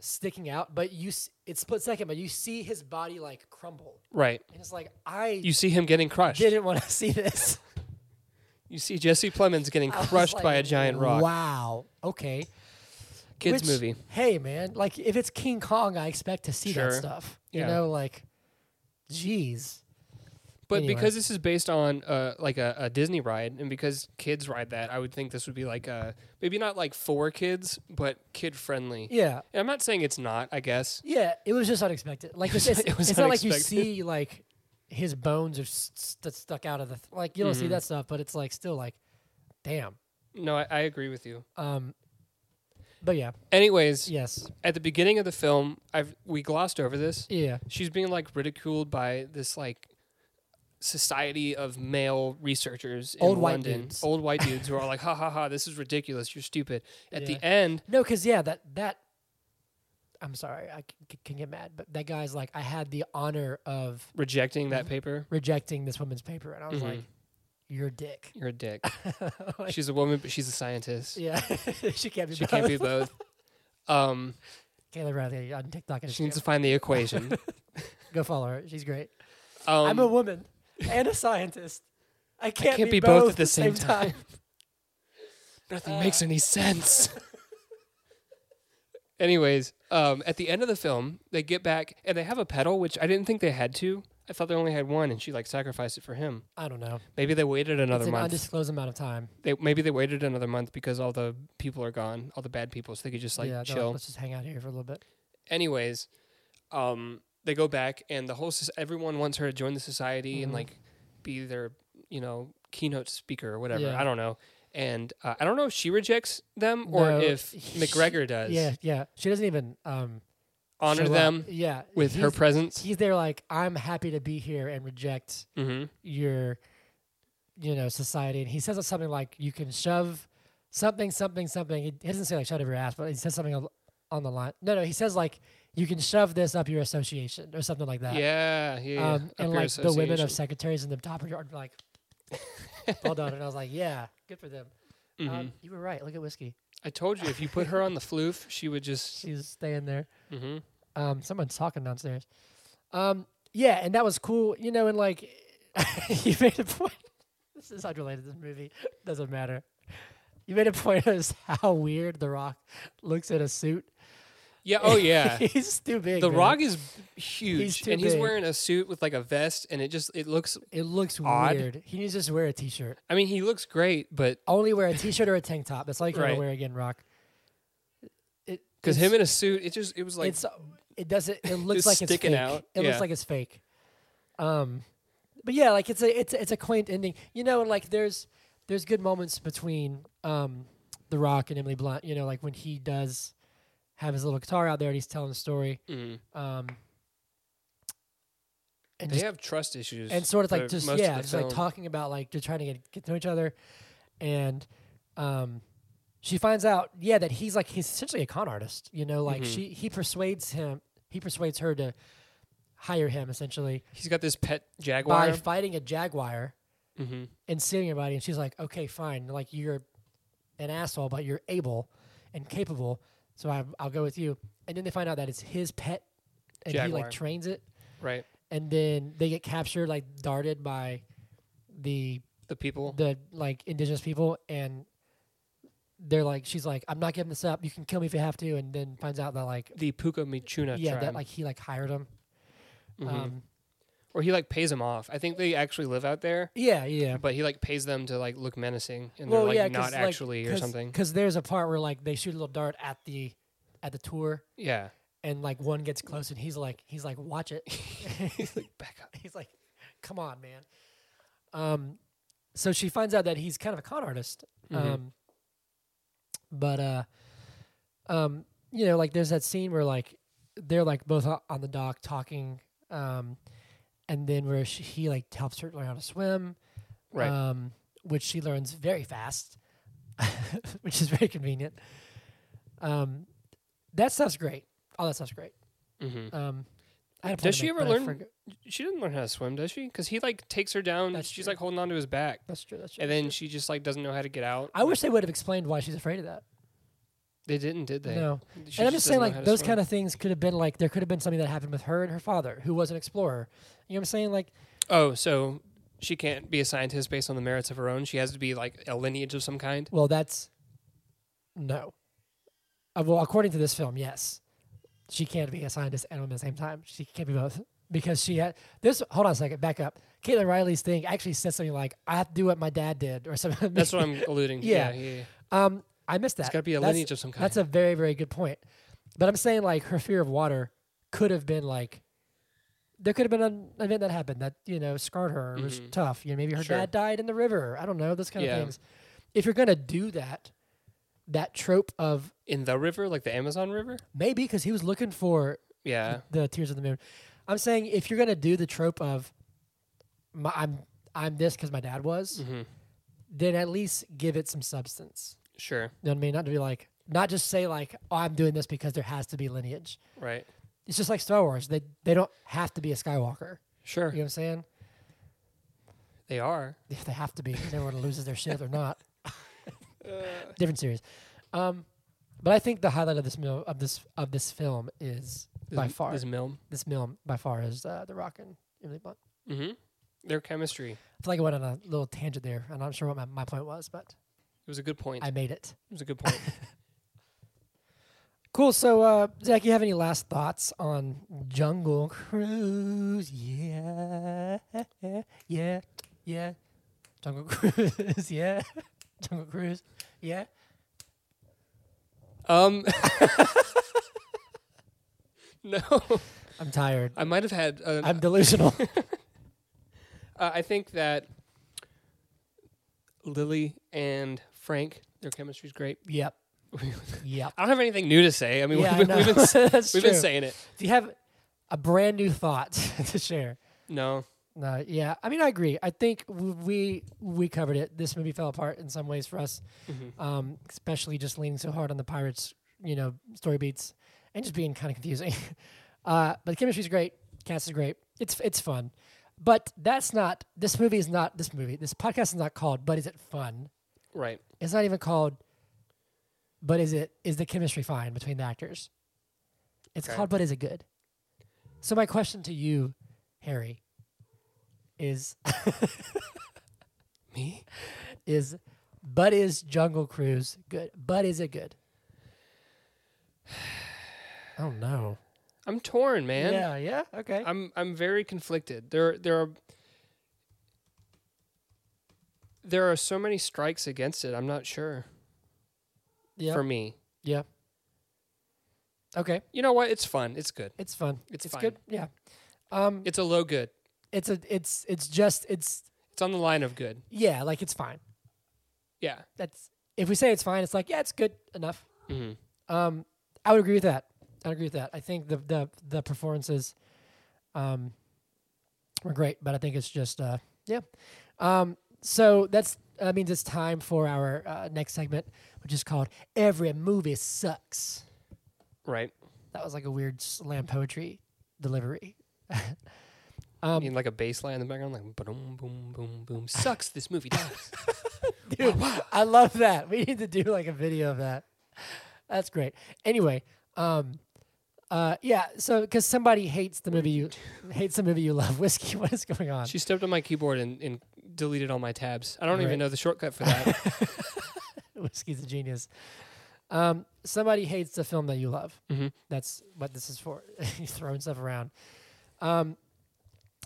Speaker 2: sticking out, but you s- it's split second, but you see his body like crumble,
Speaker 1: right.
Speaker 2: and it's like I
Speaker 1: You see him getting crushed.
Speaker 2: didn't want to see this.
Speaker 1: You see Jesse Plemons getting
Speaker 2: I was
Speaker 1: crushed by
Speaker 2: like,
Speaker 1: a giant rock.
Speaker 2: Wow. Okay.
Speaker 1: Kids
Speaker 2: Which,
Speaker 1: movie.
Speaker 2: Hey man, like if it's King Kong, I expect to see
Speaker 1: Sure.
Speaker 2: that stuff. You
Speaker 1: Yeah.
Speaker 2: know, like, geez.
Speaker 1: But
Speaker 2: Anyway.
Speaker 1: because this is based on uh, like a, a Disney ride, and because kids ride that, I would think this would be like a maybe not like for kids, but kid friendly.
Speaker 2: Yeah.
Speaker 1: And I'm not saying it's not. I guess
Speaker 2: Yeah, it was just unexpected. Like it's, it's,
Speaker 1: It was
Speaker 2: it's not like you
Speaker 1: unexpected.
Speaker 2: see like his bones are st- stuck out of the th- like you don't
Speaker 1: Mm-hmm.
Speaker 2: see that stuff, but it's like still like, damn.
Speaker 1: no, I, I agree with you.
Speaker 2: Um, but yeah,
Speaker 1: Anyways,
Speaker 2: yes,
Speaker 1: at the beginning of the film, I've we glossed over this.
Speaker 2: yeah,
Speaker 1: She's being like ridiculed by this like society of male researchers in
Speaker 2: Old white
Speaker 1: London,
Speaker 2: dudes.
Speaker 1: old white dudes who are like, ha ha ha, this is ridiculous. You're stupid. At
Speaker 2: Yeah.
Speaker 1: the end,
Speaker 2: no, because yeah, that that. I'm sorry, I c- can get mad, but that guy's like, I had the honor of
Speaker 1: rejecting that paper,
Speaker 2: rejecting this woman's paper, and I
Speaker 1: Mm-hmm.
Speaker 2: was like, you're a dick.
Speaker 1: you're a dick.
Speaker 2: Like,
Speaker 1: she's a woman, but she's a scientist.
Speaker 2: yeah, she can't be.
Speaker 1: She can't be
Speaker 2: both.
Speaker 1: both. Um,
Speaker 2: Kayla Riley on TikTok. And
Speaker 1: she needs
Speaker 2: Instagram.
Speaker 1: to find the equation.
Speaker 2: Go follow her. She's great.
Speaker 1: Um,
Speaker 2: I'm a woman and a scientist. I can't,
Speaker 1: can't
Speaker 2: be, both, at the same, time.
Speaker 1: nothing makes any sense. Anyways, um, at the end of the film, they get back and they have a pedal, which I didn't think they had to. I thought they only had one, and she like sacrificed it for him.
Speaker 2: I don't know.
Speaker 1: Maybe they waited another
Speaker 2: It's an
Speaker 1: month.
Speaker 2: undisclosed amount of time.
Speaker 1: they maybe they waited another month because all the people are gone, all the bad people, so they could just like
Speaker 2: yeah, they're
Speaker 1: chill.
Speaker 2: let's just hang out here for a little bit.
Speaker 1: anyways, um, they go back and the whole soc- everyone wants her to join the society and
Speaker 2: Mhm.
Speaker 1: like be their you know keynote speaker or whatever.
Speaker 2: Yeah.
Speaker 1: I don't know. And uh, I don't know if she rejects them or
Speaker 2: No,
Speaker 1: if
Speaker 2: he-
Speaker 1: McGregor does.
Speaker 2: Yeah, yeah. She doesn't even um,
Speaker 1: Honor
Speaker 2: show up.
Speaker 1: them
Speaker 2: Yeah,
Speaker 1: with her
Speaker 2: he's-
Speaker 1: presence.
Speaker 2: He's there like I'm happy to be here and reject
Speaker 1: hmm
Speaker 2: your, you know, society. And he says something like you can shove something, something, something. He he doesn't say like shove your ass, but he says something al- on the line. No, no. He says like you can shove this up your association or something like that.
Speaker 1: Yeah, yeah. yeah.
Speaker 2: um,
Speaker 1: Up
Speaker 2: and
Speaker 1: your
Speaker 2: like the women
Speaker 1: association.
Speaker 2: of secretaries in the top of your are like, well done. And I was like, yeah, good for them. Um,
Speaker 1: Mhm.
Speaker 2: you were right. Look at whiskey.
Speaker 1: I told you if you put her on the floof, she would just.
Speaker 2: She's staying there.
Speaker 1: hmm
Speaker 2: Um, someone's talking downstairs. Um, yeah, and that was cool. You know, and like, you made a point. This is unrelated to the movie. Doesn't matter. You made a point as how weird The Rock looks in a suit.
Speaker 1: Yeah. Oh yeah.
Speaker 2: he's too big.
Speaker 1: the
Speaker 2: man.
Speaker 1: Rock is huge,
Speaker 2: too
Speaker 1: and he's
Speaker 2: big.
Speaker 1: wearing a suit with like a vest, and it just it looks.
Speaker 2: It looks
Speaker 1: Odd.
Speaker 2: weird. He needs to just wear a t-shirt.
Speaker 1: I mean, he looks great, but
Speaker 2: only wear a t-shirt or a tank top. That's all you can
Speaker 1: Right.
Speaker 2: wear again, Rock. It
Speaker 1: Because
Speaker 2: it's-
Speaker 1: him in a suit, it just it was like
Speaker 2: it's it doesn't it looks
Speaker 1: it's
Speaker 2: like it's
Speaker 1: sticking
Speaker 2: fake.
Speaker 1: out.
Speaker 2: It
Speaker 1: Yeah.
Speaker 2: looks like it's fake. Um, but yeah, like it's a it's a, it's a quaint ending. You know, and like there's there's good moments between um the Rock and Emily Blunt. You know, like when he does have his little guitar out there and he's telling the story.
Speaker 1: mm,
Speaker 2: Um, and
Speaker 1: they
Speaker 2: just
Speaker 1: have trust issues
Speaker 2: and sort of
Speaker 1: for
Speaker 2: like just
Speaker 1: most
Speaker 2: yeah,
Speaker 1: the
Speaker 2: just
Speaker 1: film.
Speaker 2: like talking about like they're trying to get, get to know each other, and um, she finds out yeah that he's like he's essentially a con artist. You know, like
Speaker 1: Mhm.
Speaker 2: she he persuades him, he persuades her to hire him essentially
Speaker 1: He's got this pet jaguar.
Speaker 2: by fighting a jaguar
Speaker 1: hmm
Speaker 2: and stealing everybody. And she's like, okay, fine, like you're an asshole, but you're able and capable, so I, I'll go with you. And then they find out that it's his pet, and he
Speaker 1: Jaguar.
Speaker 2: like trains it,
Speaker 1: Right,
Speaker 2: and then they get captured like darted by the
Speaker 1: the people.
Speaker 2: the like indigenous people and they're like, she's like, I'm not giving this up. You can kill me if you have to. And then finds out that like,
Speaker 1: The Puka Michuna
Speaker 2: yeah,
Speaker 1: tribe.
Speaker 2: that like he like hired him.
Speaker 1: Mhm.
Speaker 2: Um,
Speaker 1: or he like pays them off. I think they actually live out there,
Speaker 2: yeah, yeah.
Speaker 1: but he like pays them to like look menacing and they're like not actually or something.
Speaker 2: Because there's a part where like they shoot a little dart at the at the tour,
Speaker 1: Yeah.
Speaker 2: and like one gets close, and he's like, he's like, watch it.
Speaker 1: He's like, back up.
Speaker 2: he's like, come on, man. Um, so she finds out that he's kind of a con artist.
Speaker 1: Mhm.
Speaker 2: Um, but uh, um, you know, like there's that scene where like they're like both o- on the dock talking, um, and then where she, he like helps her learn how to swim,
Speaker 1: Right.
Speaker 2: Um, which she learns very fast, which is very convenient. Um, that stuff's great. All that stuff's great.
Speaker 1: hmm
Speaker 2: Um, I had a point
Speaker 1: Does
Speaker 2: to
Speaker 1: she
Speaker 2: make,
Speaker 1: ever
Speaker 2: but I
Speaker 1: learn-
Speaker 2: forgot-
Speaker 1: She doesn't learn how to swim, does she? Because he like takes her down.
Speaker 2: That's
Speaker 1: she's
Speaker 2: true.
Speaker 1: like holding onto his back,
Speaker 2: That's true. That's true.
Speaker 1: and
Speaker 2: that's
Speaker 1: then
Speaker 2: true.
Speaker 1: she just like doesn't know how to get out.
Speaker 2: I wish they would have explained why she's afraid of that.
Speaker 1: they didn't, did they?
Speaker 2: No,
Speaker 1: She
Speaker 2: and I'm
Speaker 1: just
Speaker 2: just
Speaker 1: doesn't
Speaker 2: saying
Speaker 1: know how
Speaker 2: like
Speaker 1: to
Speaker 2: those
Speaker 1: swim.
Speaker 2: kind of things could have been like there could have been something that happened with her and her father, who was an explorer. You know what I'm saying? Like,
Speaker 1: Oh, so she can't be a scientist based on the merits of her own. She has to be like a lineage of some kind.
Speaker 2: well, that's no. Uh, well, according to this film, yes, she can't be a scientist and a woman at the same time. She can't be both because she had this. Hold on a second, back up. Caitlin Riley's thing actually said something like, "I have to do what my dad did," or something.
Speaker 1: That's what I'm alluding to.
Speaker 2: Yeah.
Speaker 1: Yeah, yeah, yeah.
Speaker 2: Um, I missed that.
Speaker 1: It's got to be a
Speaker 2: That's-
Speaker 1: lineage of some kind.
Speaker 2: That's a very, very good point. But I'm saying like her fear of water could have been like there could have been an event that happened that, you know, scarred her or was
Speaker 1: Mhm.
Speaker 2: tough. You know, maybe her
Speaker 1: Sure.
Speaker 2: dad died in the river. I don't know, those kind
Speaker 1: Yeah.
Speaker 2: of things. If you're gonna do that, that trope of
Speaker 1: in the river, like the Amazon River.
Speaker 2: maybe because he was looking for
Speaker 1: Yeah,
Speaker 2: the tears of the moon. I'm saying if you're gonna do the trope of my, I'm I'm this because my dad was,
Speaker 1: hmm
Speaker 2: then at least give it some substance.
Speaker 1: sure,
Speaker 2: You know what I mean? Not to be like, not just say like, oh, I'm doing this because there has to be lineage.
Speaker 1: right,
Speaker 2: It's just like Star Wars. They they don't have to be a Skywalker.
Speaker 1: sure.
Speaker 2: You know what I'm saying?
Speaker 1: They are.
Speaker 2: If they have to be, 'cause everyone loses their shit or not. Different series. Um, but I think the highlight of this mil- of this of this film is by
Speaker 1: This-
Speaker 2: far
Speaker 1: this Milne.
Speaker 2: this film by far is uh, the Rock and Emily Blunt.
Speaker 1: Mm-hmm. Their chemistry. It
Speaker 2: I feel like I went on a little tangent there. I'm not sure what my, my point was, but
Speaker 1: was a good point.
Speaker 2: I made it.
Speaker 1: it was a good point.
Speaker 2: Cool. So, uh, Zach, you have any last thoughts on Jungle Cruise? Yeah, yeah, yeah. Jungle Cruise, yeah. Jungle Cruise, yeah.
Speaker 1: um. no,
Speaker 2: I'm tired.
Speaker 1: I might have had. An,
Speaker 2: I'm delusional.
Speaker 1: uh, I think that Lily and Frank, their chemistry's great.
Speaker 2: yep,
Speaker 1: I
Speaker 2: yep.
Speaker 1: don't have anything new to say. I mean,
Speaker 2: yeah, I
Speaker 1: we've,
Speaker 2: know.
Speaker 1: we've been s-
Speaker 2: That's
Speaker 1: we've
Speaker 2: true.
Speaker 1: been saying it.
Speaker 2: Do you have a brand new thought to share?
Speaker 1: No,
Speaker 2: No, yeah. I mean, I agree. I think w- we we covered it. This movie fell apart in some ways for us,
Speaker 1: Mhm.
Speaker 2: um, especially just leaning so hard on the pirates, you know, story beats, and just being kind of confusing. uh, but the chemistry's great. Cast is great. It's it's fun. But that's not. This movie is not. This movie. This podcast is not called. But is it fun?
Speaker 1: right.
Speaker 2: It's not even called. But is it is the chemistry fine between the actors? It's
Speaker 1: Okay.
Speaker 2: called. But is it good? So my question to you, Harry, is
Speaker 1: Me?
Speaker 2: is but is Jungle Cruise good? But is it good? I don't know.
Speaker 1: I'm torn, man.
Speaker 2: yeah, yeah, okay.
Speaker 1: I'm I'm very conflicted. There there are there are so many strikes against it. I'm not sure
Speaker 2: yeah,
Speaker 1: for me.
Speaker 2: yeah. Okay,
Speaker 1: You know what? It's fun. It's good.
Speaker 2: it's fun.
Speaker 1: It's
Speaker 2: it's
Speaker 1: fine.
Speaker 2: good. Yeah. Um,
Speaker 1: It's a low good.
Speaker 2: it's a, it's, it's just, it's,
Speaker 1: It's on the line of good.
Speaker 2: yeah, like it's fine.
Speaker 1: Yeah.
Speaker 2: That's if we say it's fine, it's like yeah, it's good enough.
Speaker 1: hmm
Speaker 2: Um, I would agree with that. I would agree with that. I think the the the performances, um, were great, but I think it's just uh, yeah. Um, so that's that means it's time for our uh, next segment, which is called "Every Movie Sucks."
Speaker 1: Right.
Speaker 2: That was like a weird slam poetry delivery.
Speaker 1: I
Speaker 2: um,
Speaker 1: mean, like a bass line in the background, like boom, boom, boom, boom. Sucks. This movie does.
Speaker 2: Dude, I love that. We need to do like a video of that. That's great. Anyway, um, uh, yeah. So, because somebody hates the movie, you hates the movie you love. Whiskey. What is going on?
Speaker 1: she stepped on my keyboard and, and deleted all my tabs. I don't
Speaker 2: Right.
Speaker 1: even know the shortcut for that.
Speaker 2: Whiskey's a genius. Um, somebody hates the film that you love.
Speaker 1: Mhm.
Speaker 2: That's what this is for. He's throwing stuff around. Um,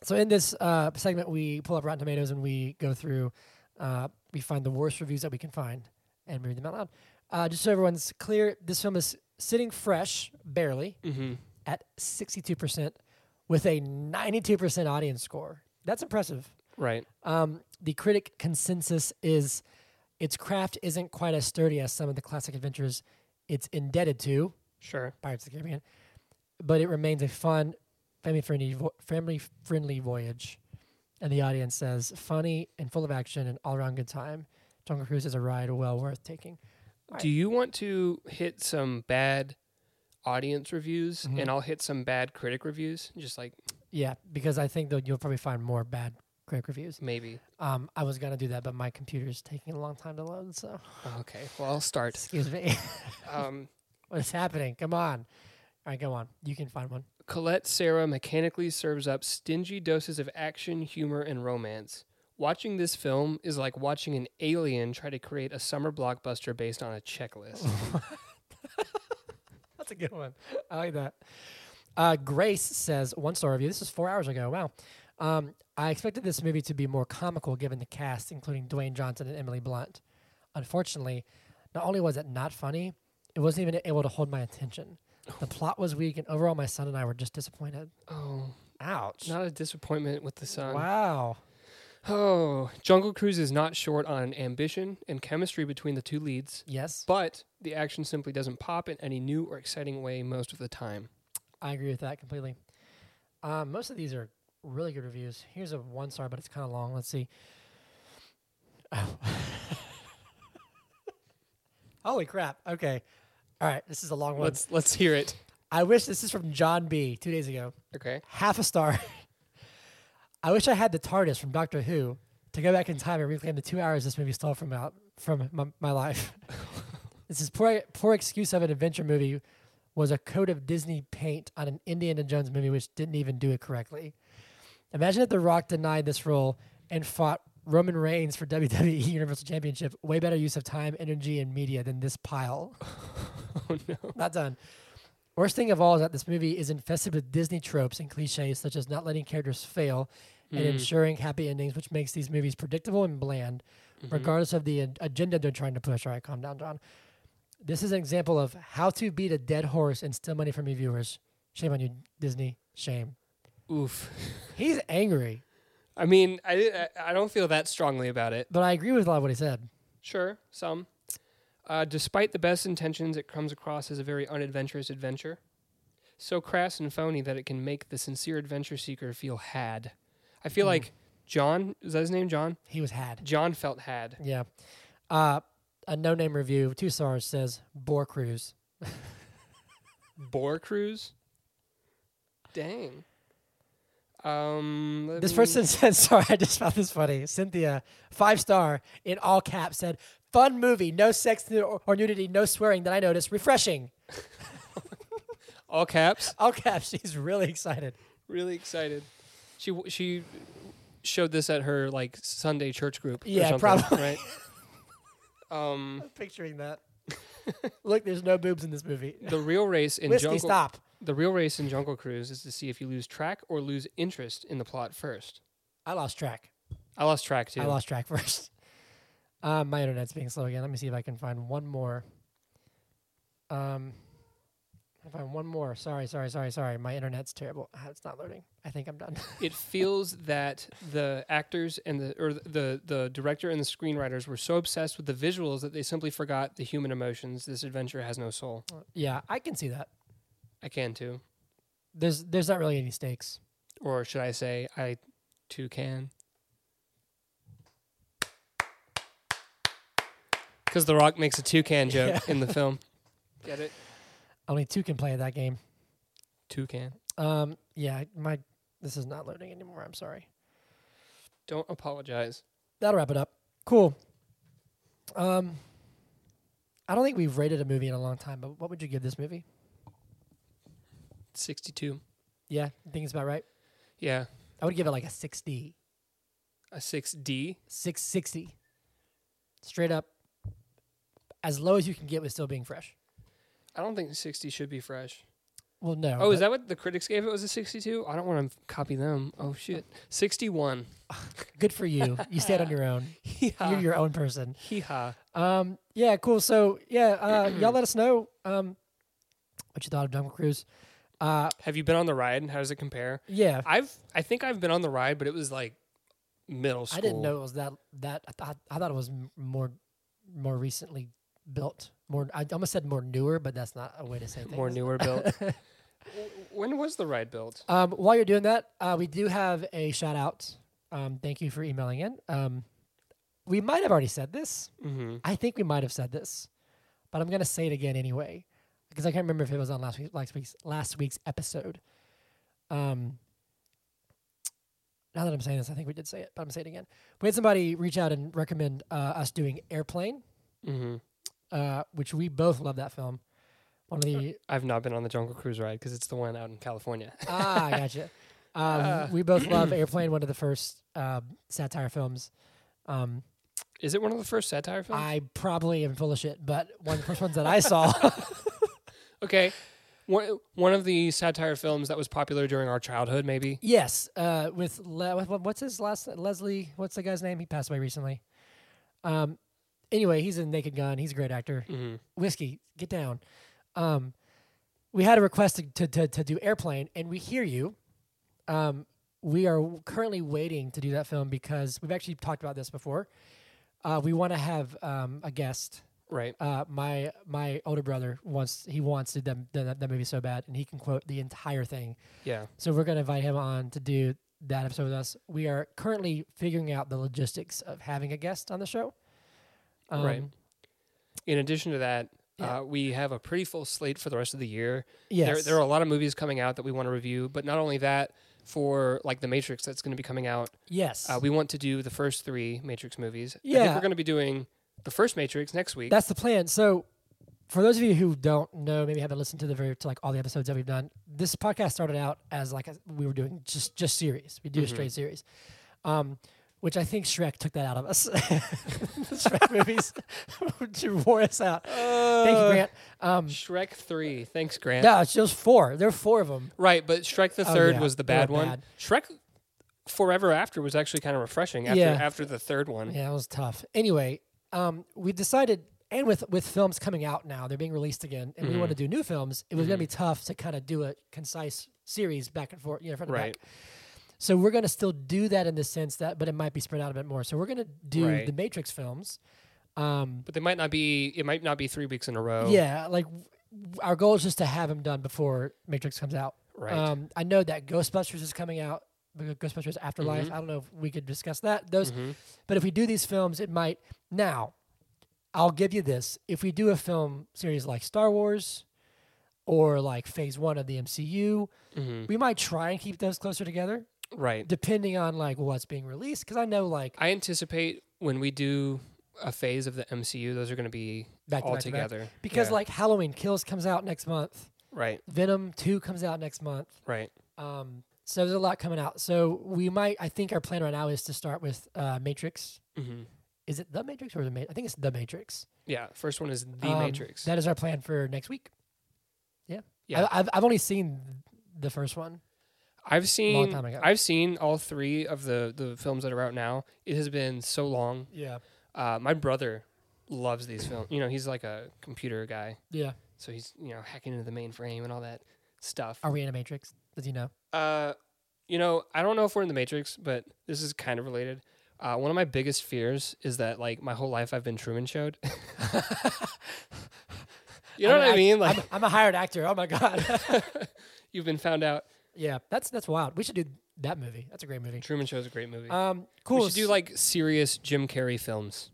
Speaker 2: so in this uh, segment, we pull up Rotten Tomatoes and we go through. Uh, we find the worst reviews that we can find and we read them out loud. Uh, just so everyone's clear, this film is sitting fresh, barely
Speaker 1: Mm-hmm.
Speaker 2: at sixty-two percent, with a ninety-two percent audience score. That's impressive.
Speaker 1: Right.
Speaker 2: Um, the critic consensus is its craft isn't quite as sturdy as some of the classic adventures it's indebted to,
Speaker 1: Sure.
Speaker 2: Pirates of the Caribbean, but it remains a fun, family friendly, vo- family friendly voyage. And the audience says, funny and full of action and all around good time. Jungle Cruise is a ride well worth taking. Right.
Speaker 1: Do you want to hit some bad audience reviews
Speaker 2: Mhm.
Speaker 1: and I'll hit some bad critic reviews? Just like
Speaker 2: Yeah, because I think that you'll probably find more bad critic reviews.
Speaker 1: maybe.
Speaker 2: Um, I was gonna do that, but my computer's taking a long time to load. So
Speaker 1: Oh, Okay. Well, I'll start.
Speaker 2: excuse me.
Speaker 1: Um,
Speaker 2: what is happening? Come on. All right, go on. You can find one.
Speaker 1: Colette Sarah mechanically serves up stingy doses of action, humor, and romance. Watching this film is like watching an alien try to create a summer blockbuster based on a checklist.
Speaker 2: That's a good one. I like that. Uh, Grace says one star review. This is four hours ago. Wow. Um, I expected this movie to be more comical given the cast, including Dwayne Johnson and Emily Blunt. Unfortunately, not only was it not funny, it wasn't even able to hold my attention. The plot was weak, and overall, my son and I were just disappointed.
Speaker 1: oh,
Speaker 2: Ouch.
Speaker 1: not a disappointment with the sun.
Speaker 2: wow.
Speaker 1: Oh, Jungle Cruise is not short on ambition and chemistry between the two leads,
Speaker 2: Yes,
Speaker 1: but the action simply doesn't pop in any new or exciting way most of the time.
Speaker 2: I agree with that completely. Um, most of these are really good reviews. Here's a one star, but it's kind of long. Let's see. Oh. Holy crap. Okay. All right. This is a long one.
Speaker 1: Let's let's hear it.
Speaker 2: I wish this is from John B. two days ago.
Speaker 1: Okay.
Speaker 2: Half a star. I wish I had the TARDIS from Doctor Who to go back in time and reclaim the two hours this movie stole from out from my, my life. this is poor poor excuse of an adventure movie was a coat of Disney paint on an Indiana Jones movie which didn't even do it correctly. Imagine if The Rock denied this role and fought Roman Reigns for WWE Universal Championship. Way better use of time, energy, and media than this pile.
Speaker 1: Oh no.
Speaker 2: Not done. Worst thing of all is that this movie is infested with Disney tropes and cliches such as not letting characters fail and
Speaker 1: Mm.
Speaker 2: ensuring happy endings, which makes these movies predictable and bland, regardless of the ag- agenda they're trying to push. All right, calm down, John. This is an example of how to beat a dead horse and steal money from your viewers. Shame on you, Disney. Shame.
Speaker 1: Oof.
Speaker 2: He's angry,
Speaker 1: I mean, I di- I I don't feel that strongly about it.
Speaker 2: but I agree with a lot of what he said.
Speaker 1: Sure, some. Uh, despite the best intentions, it comes across as a very unadventurous adventure. So crass and phony that it can make the sincere adventure seeker feel had. I feel
Speaker 2: Hmm.
Speaker 1: like John, is that his name, John?
Speaker 2: He was had.
Speaker 1: John felt had.
Speaker 2: Yeah. Uh, a no name review, two stars, says Bore Cruise.
Speaker 1: Boar cruise? Dang. Um, let
Speaker 2: This
Speaker 1: me-
Speaker 2: person said, sorry, I just found this funny. Cynthia, five star, in all caps, said, fun movie, no sex nu- or nudity, no swearing that I noticed, refreshing.
Speaker 1: all caps.
Speaker 2: All caps, she's really excited.
Speaker 1: Really excited. She w- she showed this at her like Sunday church group. or
Speaker 2: Yeah,
Speaker 1: something,
Speaker 2: probably.
Speaker 1: Right. um,
Speaker 2: Picturing that. Look, there's no boobs in this movie.
Speaker 1: the real race in
Speaker 2: Whiskey,
Speaker 1: jungle.
Speaker 2: stop.
Speaker 1: The real race in Jungle Cruise is to see if you lose track or lose interest in the plot first.
Speaker 2: I lost track.
Speaker 1: I lost track too.
Speaker 2: I lost track first. Um, my internet's being slow again. Let me see if I can find one more. Um, I find one more. Sorry, sorry, sorry, sorry. My internet's terrible. Ah, It's not loading. I think I'm done.
Speaker 1: It feels that the actors and the or the the director and the screenwriters were so obsessed with the visuals that they simply forgot the human emotions. This adventure has no soul.
Speaker 2: yeah, I can see that.
Speaker 1: I can too,
Speaker 2: There's there's not really any stakes.
Speaker 1: or should I say, I too can. Because The Rock makes a toucan joke in the film. Get it?
Speaker 2: Only two can play that game.
Speaker 1: Toucan.
Speaker 2: Um, yeah, my this is not loading anymore. I'm sorry.
Speaker 1: Don't apologize.
Speaker 2: That'll wrap it up. Cool. Um, I don't think we've rated a movie in a long time, but what would you give this movie?
Speaker 1: Sixty-two.
Speaker 2: Yeah, I think it's about right.
Speaker 1: Yeah,
Speaker 2: I would give it like a 60,
Speaker 1: a six D.
Speaker 2: 660. Straight up. as low as you can get with still being fresh.
Speaker 1: I don't think 60 should be fresh.
Speaker 2: Well, no.
Speaker 1: Oh, is
Speaker 2: but-
Speaker 1: that what the critics gave it was a 62? I don't want to copy them. Oh shit. 61.
Speaker 2: good for you? You stand on your own. You're
Speaker 1: Hee-ha.
Speaker 2: your own person.
Speaker 1: Hee-ha.
Speaker 2: Um, yeah, cool. So yeah, uh, y'all let us know um, what you thought of Jungle Cruise. Uh,
Speaker 1: Have you been on the ride and how does it compare?
Speaker 2: yeah,
Speaker 1: I've I think I've been on the ride, but it was like middle school.
Speaker 2: I didn't know it was that that. I, th- I thought it was m- more more recently built. More, I almost said more newer, but that's not a way to say things.
Speaker 1: more newer built. W- when was the ride built?
Speaker 2: Um, while you're doing that, uh, we do have a shout out. Um, thank you for emailing in. Um, we might have already said this.
Speaker 1: Mm-hmm.
Speaker 2: I think we might have said this, but I'm gonna say it again anyway because I can't remember if it was on last week's last week's last week's episode. Um, now that I'm saying this, I think we did say it, but I'm saying it again. We had somebody reach out and recommend uh, us doing Airplane,
Speaker 1: Mm-hmm.
Speaker 2: uh, which we both love that film. One of the
Speaker 1: I've not been on the Jungle Cruise ride because it's the one out in California.
Speaker 2: ah, I gotcha. Um,
Speaker 1: Ah.
Speaker 2: we both love Airplane, one of the first um, satire films. Um,
Speaker 1: Is it one of the first satire films?
Speaker 2: I probably am full of shit, but one of the first ones that I saw.
Speaker 1: okay. One, one of the satire films that was popular during our childhood, maybe.
Speaker 2: Yes, uh, with Le- what- what- what's his last Leslie? What's the guy's name? He passed away recently. Um, anyway, he's in Naked Gun. He's a great actor.
Speaker 1: Mm-hmm.
Speaker 2: Whiskey, get down. Um, we had a request to, to, to, to do Airplane, and we hear you. Um, we are w- currently waiting to do that film because we've actually talked about this before. Uh, we want to have um, a guest
Speaker 1: Right.
Speaker 2: uh, my my older brother wants he wants to them that, that movie so bad, and he can quote the entire thing.
Speaker 1: Yeah.
Speaker 2: So we're gonna invite him on to do that episode with us. We are currently figuring out the logistics of having a guest on the show. Um,
Speaker 1: Right. In addition to that,
Speaker 2: Yeah.
Speaker 1: uh, we have a pretty full slate for the rest of the year.
Speaker 2: Yes.
Speaker 1: There, there are a lot of movies coming out that we want to review, but not only that, for like The Matrix that's going to be coming out,
Speaker 2: yes.
Speaker 1: uh, we want to do the first three Matrix movies. I think
Speaker 2: Yeah.
Speaker 1: we're going to be doing the first Matrix next week.
Speaker 2: That's the plan. So, for those of you who don't know, maybe haven't listened to the very to like all the episodes that we've done, this podcast started out as like a, we were doing just just series. We do
Speaker 1: Mm-hmm.
Speaker 2: a straight series, um, which I think Shrek took that out of us. the Shrek movies which wore us out. Thank
Speaker 1: Uh,
Speaker 2: you, Grant. Um,
Speaker 1: Shrek 3. Thanks, Grant.
Speaker 2: no, it's just four. There are four of them.
Speaker 1: Right, but Shrek the
Speaker 2: Oh,
Speaker 1: Third
Speaker 2: yeah,
Speaker 1: was the
Speaker 2: they were
Speaker 1: bad one.
Speaker 2: bad.
Speaker 1: Shrek Forever After was actually kind of refreshing after,
Speaker 2: Yeah.
Speaker 1: after the third one.
Speaker 2: Yeah, it was tough. Anyway, um, we decided, and with with films coming out now, they're being released again, and we
Speaker 1: Mm-hmm.
Speaker 2: want to do new films. It was going to be tough to kind of do a concise series back and forth, you know, front and
Speaker 1: Right.
Speaker 2: back. So we're going to still do that in the sense that, but it might be spread out a bit more. So we're going to do
Speaker 1: Right.
Speaker 2: the Matrix films. Um,
Speaker 1: But they might not be. It might not be three weeks in a row.
Speaker 2: Yeah, like w- w- our goal is just to have them done before Matrix comes out.
Speaker 1: Right.
Speaker 2: Um, I know that Ghostbusters is coming out. because Ghostbusters Afterlife.
Speaker 1: Mm-hmm.
Speaker 2: I don't know if we could discuss that. Those, but if we do these films, it might. Now, I'll give you this: if we do a film series like Star Wars, or like Phase One of the MCU,
Speaker 1: Mm-hmm.
Speaker 2: we might try and keep those closer together,
Speaker 1: Right.
Speaker 2: depending on like what's being released. Because I know like
Speaker 1: I anticipate when we do a phase of the MCU, those are going to be
Speaker 2: Back to
Speaker 1: all
Speaker 2: back to back.
Speaker 1: together.
Speaker 2: because
Speaker 1: Yeah.
Speaker 2: like Halloween Kills comes out next month,
Speaker 1: right,
Speaker 2: Venom Two comes out next month.
Speaker 1: right,
Speaker 2: Um, so there's a lot coming out. So we might. I think our plan right now is to start with uh, Matrix.
Speaker 1: hmm
Speaker 2: Is it the Matrix or the Matrix? I think it's the Matrix.
Speaker 1: yeah. First one is the
Speaker 2: Um,
Speaker 1: Matrix.
Speaker 2: That is our plan for next week. Yeah.
Speaker 1: Yeah.
Speaker 2: I, I've I've only seen the first one.
Speaker 1: I've seen,
Speaker 2: time ago.
Speaker 1: I've seen all three of the the films that are out now. It has been so long.
Speaker 2: Yeah.
Speaker 1: Uh, my brother loves these films. You know, he's like a computer guy,
Speaker 2: Yeah.
Speaker 1: so he's you know hacking into the mainframe and all that stuff.
Speaker 2: Are we in a Matrix? Does he know?
Speaker 1: Uh, you know, I don't know if we're in the Matrix, but this is kind of related. Uh, one of my biggest fears is that like my whole life I've been Truman Showed. you know what I mean? Like
Speaker 2: I'm, I'm a hired actor. Oh my god.
Speaker 1: you've been found out.
Speaker 2: yeah. That's that's wild. We should do that movie. That's a great movie.
Speaker 1: Truman Show's a great movie.
Speaker 2: Um. Cool.
Speaker 1: We should do like serious Jim Carrey films.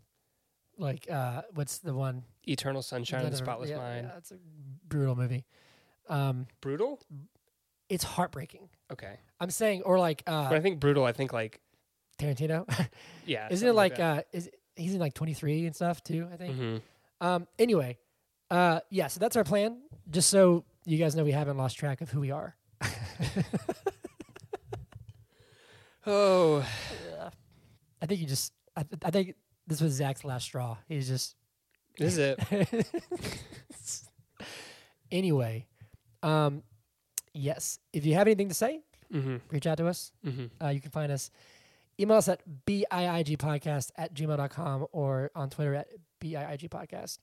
Speaker 2: like uh, what's the one?
Speaker 1: Eternal Sunshine of the Spotless
Speaker 2: Yeah,
Speaker 1: Mind.
Speaker 2: yeah, that's a brutal movie. Um,
Speaker 1: Brutal?
Speaker 2: it's heartbreaking.
Speaker 1: Okay.
Speaker 2: I'm saying, or like
Speaker 1: But
Speaker 2: uh,
Speaker 1: I think brutal, I think like
Speaker 2: Tarantino.
Speaker 1: yeah.
Speaker 2: Isn't it like uh, is he's in like 23 and stuff too? I think.
Speaker 1: hmm
Speaker 2: Um. Anyway, uh, yeah. So that's our plan. Just so you guys know, we haven't lost track of who we are.
Speaker 1: Oh
Speaker 2: I think you just. I, th- I think this was Zach's last straw. He's just.
Speaker 1: Is it?
Speaker 2: anyway, um, yes. If you have anything to say,
Speaker 1: mm-hmm.
Speaker 2: reach out to us.
Speaker 1: Mm-hmm.
Speaker 2: Uh, you can find us. Email us at biigpodcast at gmail.com or on Twitter at biigpodcast.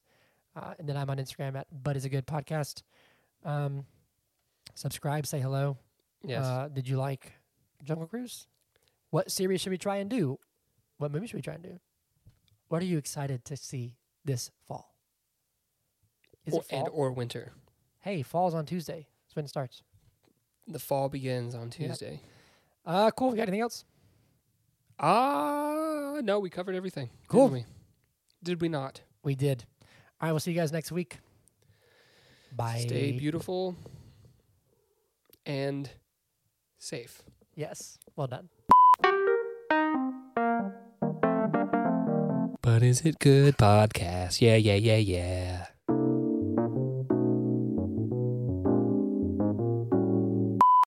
Speaker 2: Uh, and then I'm on Instagram at Bud is a Good Podcast. Um, subscribe, say hello.
Speaker 1: Yes.
Speaker 2: Uh, did you like Jungle Cruise? What series should we try and do? What movie should we try and do? What are you excited to see this fall? Is
Speaker 1: or,
Speaker 2: it fall?
Speaker 1: And or winter.
Speaker 2: hey, fall's on Tuesday. That's when it starts.
Speaker 1: The fall begins on Tuesday.
Speaker 2: Uh, cool. You got anything else?
Speaker 1: Ah, no, we covered everything. didn't
Speaker 2: Cool.
Speaker 1: we? Did we not?
Speaker 2: We did. All right, we'll see you guys next week. Bye.
Speaker 1: Stay beautiful and safe.
Speaker 2: Yes. Well done.
Speaker 1: But is it good podcast? Yeah, yeah, yeah, yeah.